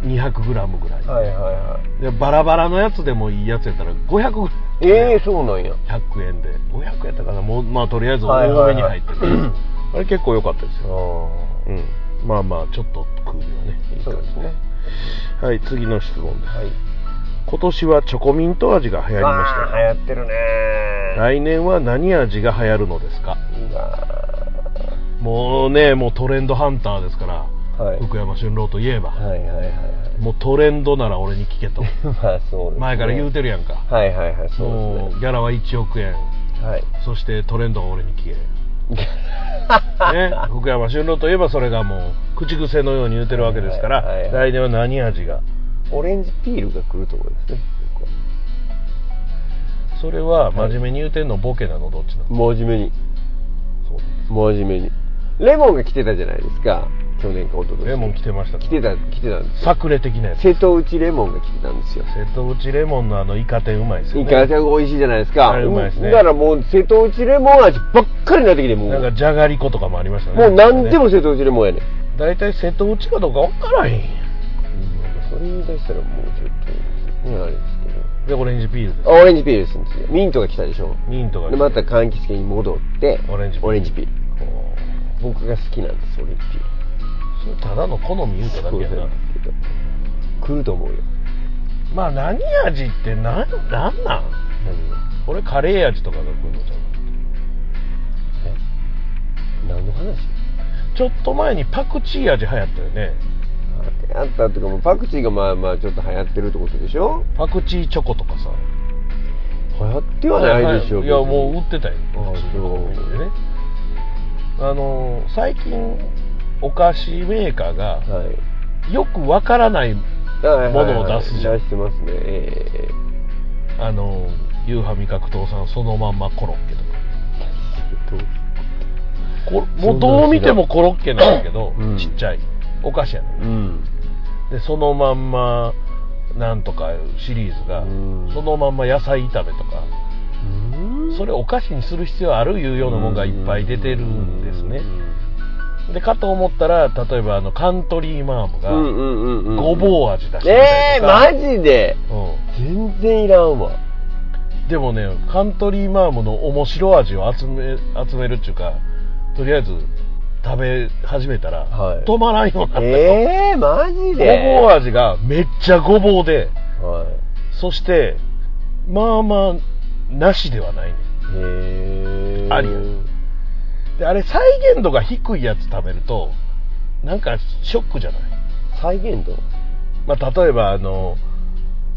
200g ぐらい、
はいはいは
でバラバラのやつでもいいやつやったら 500g
いええー、そうなんや
100円で500やったかなもうまあとりあえず
はい
多
はい
めに
は
入
い
ってて、あれ結構良かったですよ、うん、まあまあちょっと食うにはねいい
そ
感
う
じ
ですね
はい次の質問です
はい
今年はチョコミント味が流行りまし
あ
た
ー
よ
流行ってるねい
来年は何味が流行るのですか
うわ
もうねもうトレンドハンターですから、
ーはい
福山俊郎といえば、
はいはい はいはい
もうトレンドなら俺に聞けと
まあ そうですね
前から言うてるやんか、
はいはいはいそう
もうギャラは1億円
ですねはい
そしてトレンドは俺に聞けね、福山俊郎といえばそれがもう口癖のように言うてるわけですから、
はいはいはい
来年は何味が
オレンジピールが来るところですね
それは真面目に言うてんのボケなのどっちなの、
真面目に
そう
真面目にレモンが来てたじゃないですか去年か一昨年
レモン来てましたか
来てた来てたんです
サクレ的なやつ
瀬戸内レモンが来てたんですよ
瀬戸内レモンのあのイカ天うまいですよ
イ
ね
カちゃん美味しいじゃないです
あ
か
れうまいですね
だからもう瀬戸内レモン味ばっかりになってきてもう
なんかじゃがりことかもありましたね
もう何でも瀬戸内レモンやねん
大体瀬戸内かどうか分からへんや
それ言い出したらもうちょっとねあれですけど
んでオレンジピールです
あオレンジピールですんですよミントが来たでしょ
ミントが
でまた柑橘系に戻って
オレンジピール
オレンジピール僕が好きなんですオレンジピール
それただの好み言うただけや
そう
な
な
ん
ですけど来ると思うよ
まあ何味って何なんなん俺カレー味とかが来るのじゃん
何の話
ちょっと前にパクチー味流行ったよね
あったとかもうパクチーがまあまあちょっと流行ってるってことでしょ
パクチーチョコとかさ
流行ってはないでしょ
いやもう売ってたよ
ああそう
でねあのー最近お菓子メーカーが
はい
よくわからない
はいはいはい
物を出すじゃん
出してますねえええ
あのー夕飯味覚糖さんそのまんまコロッケとか
え
こもうどう見てもコロッケなんだけど、
うん
ちっちゃいお菓子やね
うん
でそのまんまなんとかシリーズが
うん
そのまんま野菜炒めとかそれお菓子にする必要あるいうようなもんがいっぱい出てるんですねでかと思ったら例えばあのカントリーマーム
うんう
が
んうんうん
ごぼう味出してみたり
ええ
とか、
マジで
うん
全然いらんわ
でもねカントリーマームの面白味を集め集めるっていうかとりあえず食べ始めたら、
はい
止まらんようになったよ
えー、マジで
ごぼう味がめっちゃごぼうで
はい。
そしてまあまあなしではないね
へー
ありやであれ再現度が低いやつ食べるとなんかショックじゃない、
再現度
まあ、例えばあの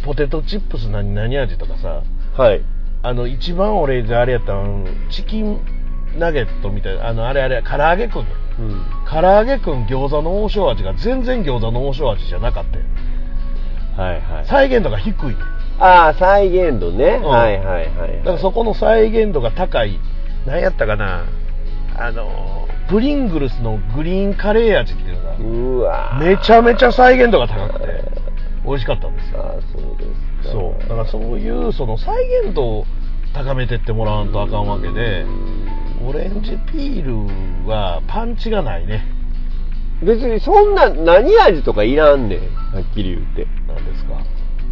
ポテトチップス何々味とかさ
はい。
あの一番俺があれやったのチキンナゲットみたいなあのあれあれ唐揚げくん
うん。
唐揚げくん餃子の王将味が全然餃子の王将味じゃなかったよ
はいはい。
再現度が低いね
ああ、再現度ね。
ん
はいはいはい。
だからそこの再現度が高い何やったかなあのプリングルスのグリーンカレー味っていうのが
うわ
めちゃめちゃ再現度が高くて美味しかったんですよ
ああ、そうですか。
そうだからそういうその再現度を高めてってもらわんとあかんわけでオレンジピールはパンチがないね
別にそんな、何味とかいらんねん。はっきり言って。
なんですか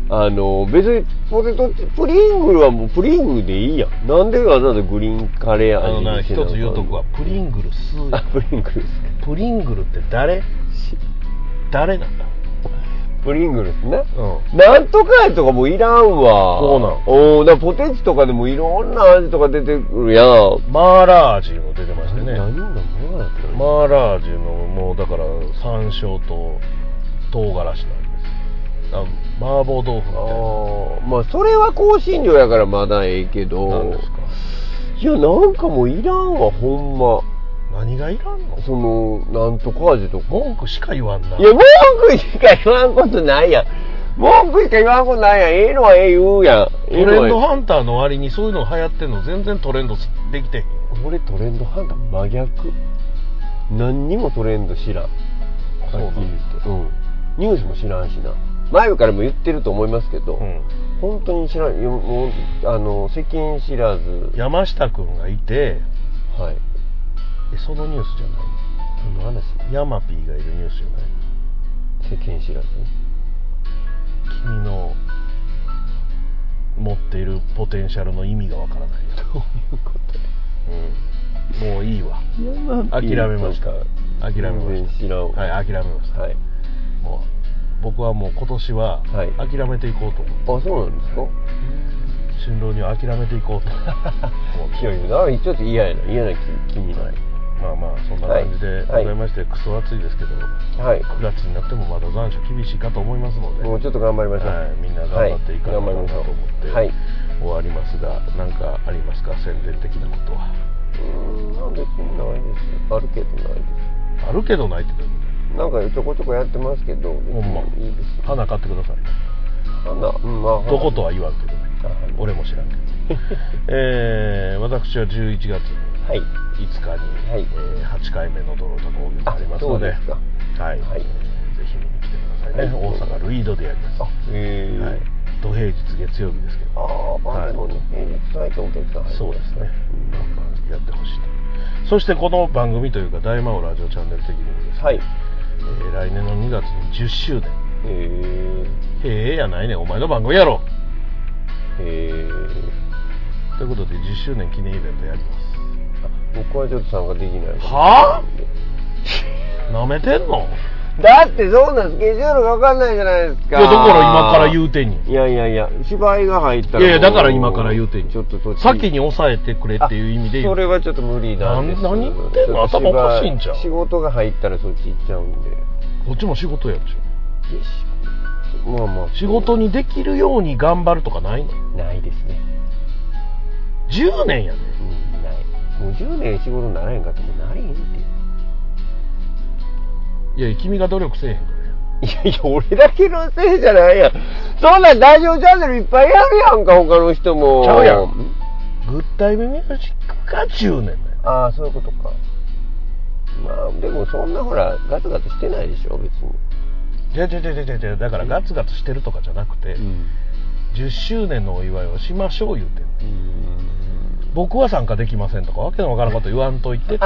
あの、別にポテトチ、プリングルはもうプリングルでいいやん。なんでわざわざグリーンカレー
あ
味
のな
に
一
してなあかん
つ言うとくわ。プリングルス
あ、プリングルです
プリングルって誰
し
誰なんだ
プリングルですね。
うん
なんとかやとかもういらんわ。
そうなん
おーだからポテチとかでもいろんな味とか出てくるやん。
マーラー味も出てましたね
何が何がやってるの
マーラージュのもうだから山椒と唐辛子なんですあ麻婆豆腐みたいな
あーまあそれは香辛料やからまだええ
な
け
ん
ど
ですか
いやなんかもういらんわほんま
何がいらんの
そのなんとか味とか
文句しか言わんない
や文句しか言わんことないやん文句しか言わんことないやんええのはええ言うやん
ト
ええ
レン
の
ド
は
ハンターの割にそういうの流行ってんの全然トレンドできてへん
ええ俺トレンドハンター真逆何にもトレンド知らん
そうなんです
はっきり言ってうんニュースも知らんしな前からも言ってると思いますけど、本当に知らんよもうあの世間知らず
山下君がいて
はい
えそのニュースじゃな
何の話
いヤマピーがいるニュースじゃない
世間知らず
君の持っているポテンシャルの意味がわからないどういう こと、うん、もういいわ諦めました諦めま
全
し
然知らん
たはい諦めました、
はい
もう僕はもう今年は
はい
諦めていこうと思う、
あそうなんですか
新郎には諦めていこうと 思って
いやいやだちょっと嫌やな嫌な気気味ない
まあまあそんな感じでご
はい
ざいまして、クソ暑いですけど
はい
9月になってもまだ残暑厳しいかと思いますので
もうちょっと頑張りましょう
はい、みんな頑張っていかなきゃなと思って、
はい
終わりますが何かありますか宣伝的なことは
うん別にないですあるけどないで
あるけどないってどういうこ
すなんかちょこちょこやってますけど
ほんま
いいです
と花買ってください
花うんまあ花
どことは言わんけどね
あはい
俺も知らん けどえー私は11月
はい
5日に、
はい
え8回目の泥と工業があります
そ
の
う
で
ですか
はい、
はい
ぜひ見に来てくださいね、
はい
大阪ルイードでやります
あ
は
へえ
い土平日月曜日ですけど
ああまあでもね平日ないとお客さん入ります
そうですね、まあまあやってほしいとそしてこの番組というか大魔王ラジオチャンネル的にもですね、
はいへ
えー来年の2月に10周年
え
へえやないねんお前の番組やろ
へえ
ということで10周年記念イベントやります
僕はちょっと参加できない
はなめてんの
だってそんなスケジュールが分かんないじゃないです
い
か
やだから今から言う
う
てんね
いやいやいや芝居が入ったら
んいやいやだから今から言うてんねん
ちょっとそっち
先に抑えてくれっていう意味で言
そうれはちょっと無理なんです
な何言ってんの頭おかしいんちゃう
芝居仕事が入ったらそっち行っちゃうんでよ
こっちも仕事やっちゃ
しまあまあ
う仕事にできるように頑張るとかないの
ないですね
10年やで
うんないもう10年仕事ならへんかってもうなれへんって
いや君が努力せえへんからや
いやいや、俺だけのせいじゃないやん。そんなんラジオチャンネルいっぱいあるやんか、他の人も。
ちゃうやんグッタイムミュージックが10年だよ
ああそういうことかまあでもそんなほらガツガツしてないでしょ別に、
じゃじゃじゃじゃじゃじゃだからガツガツしてるとかじゃなくて、10周年のお祝いをしましょう言うてんねん僕は参加できませんとかわけのわからんこと言わんといてって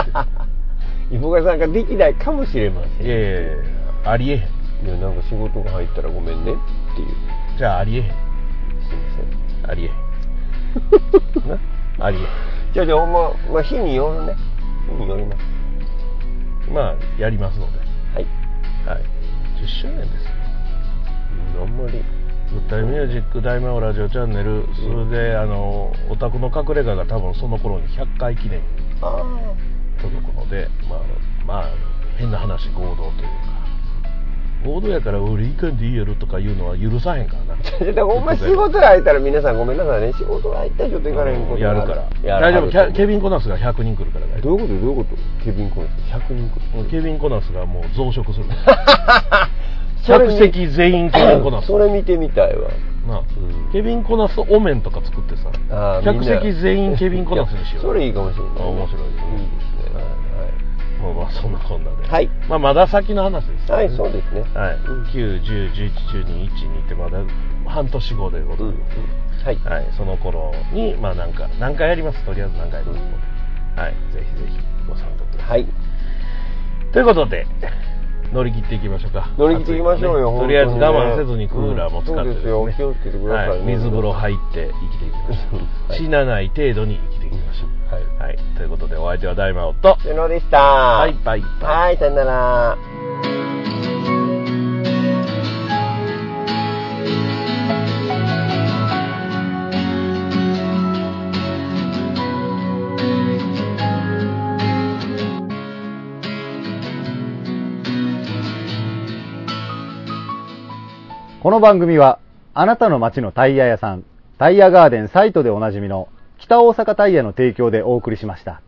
イボガさんができないかもしれません
いやいやいやありえへん
いやなんか仕事が入ったらごめんねっていう
じゃあありえへん
すいま
ありえへんなありえ
じゃあじゃあほんま、まあ、日によるね日によります
まあやりますので、
はい
はい、10周年です
うんあんまり
物体ミュージック大魔王ラジオチャンネルそれであのオタクの隠れ家が多分その頃に100回記念に
ああ
届くのでまあまあ変な話合同というか合同やから俺いかんでいいやろとか言うのは許さへんからな
だってほんま仕事が空いたら皆さんごめんなさいね仕事が空いたらちょっと行かれへんこと
やるから
や
大丈夫キャケビ
ン
ン・コナスが100人来るから大丈
どういうことどういうことケビンコナス100人く
夫ケビン・コナスがもう増殖する
それ
客席全員ケビン・コナス
それ見てみたいわ
なあ
うん
ケビン・コナスとお面とか作ってさ
あーみ
客
んな
席全員ケビン・コナスにしよう
それいいかもしれない、
あ面白いですね
いいですね
まあまあそんなこんなで、
はい
まあ、まだ先の話です、
はい、はい、そうですね
はい、
うん
9、10、11、12、1、2ってまだ半年後でござい
うん、う
ま
ん
す、
はい
はい、その頃に、まあ、なんか何回やりますとりあえず何回やりますので、はい、ぜひぜひご参加ください、
はい
ということで乗り切っていきましょうか
乗り切っていきましょうよ、
暑いのねと
本当
りあえず
にね
我慢せずにクーラーも使って
うんそうですよ気をつけてくださいね、
はい、水風呂入って生きていきましょう、
はい
死なない程度に生きていきましょう、
はい
はい、ということでお相手は大魔王と
瀬野でした
バ
は
イバイバイ
はいさよなら
この番組は、あなたの街のタイヤ屋さん、タイヤガーデンサイトでおなじみの、北大阪タイヤの提供でお送りしました。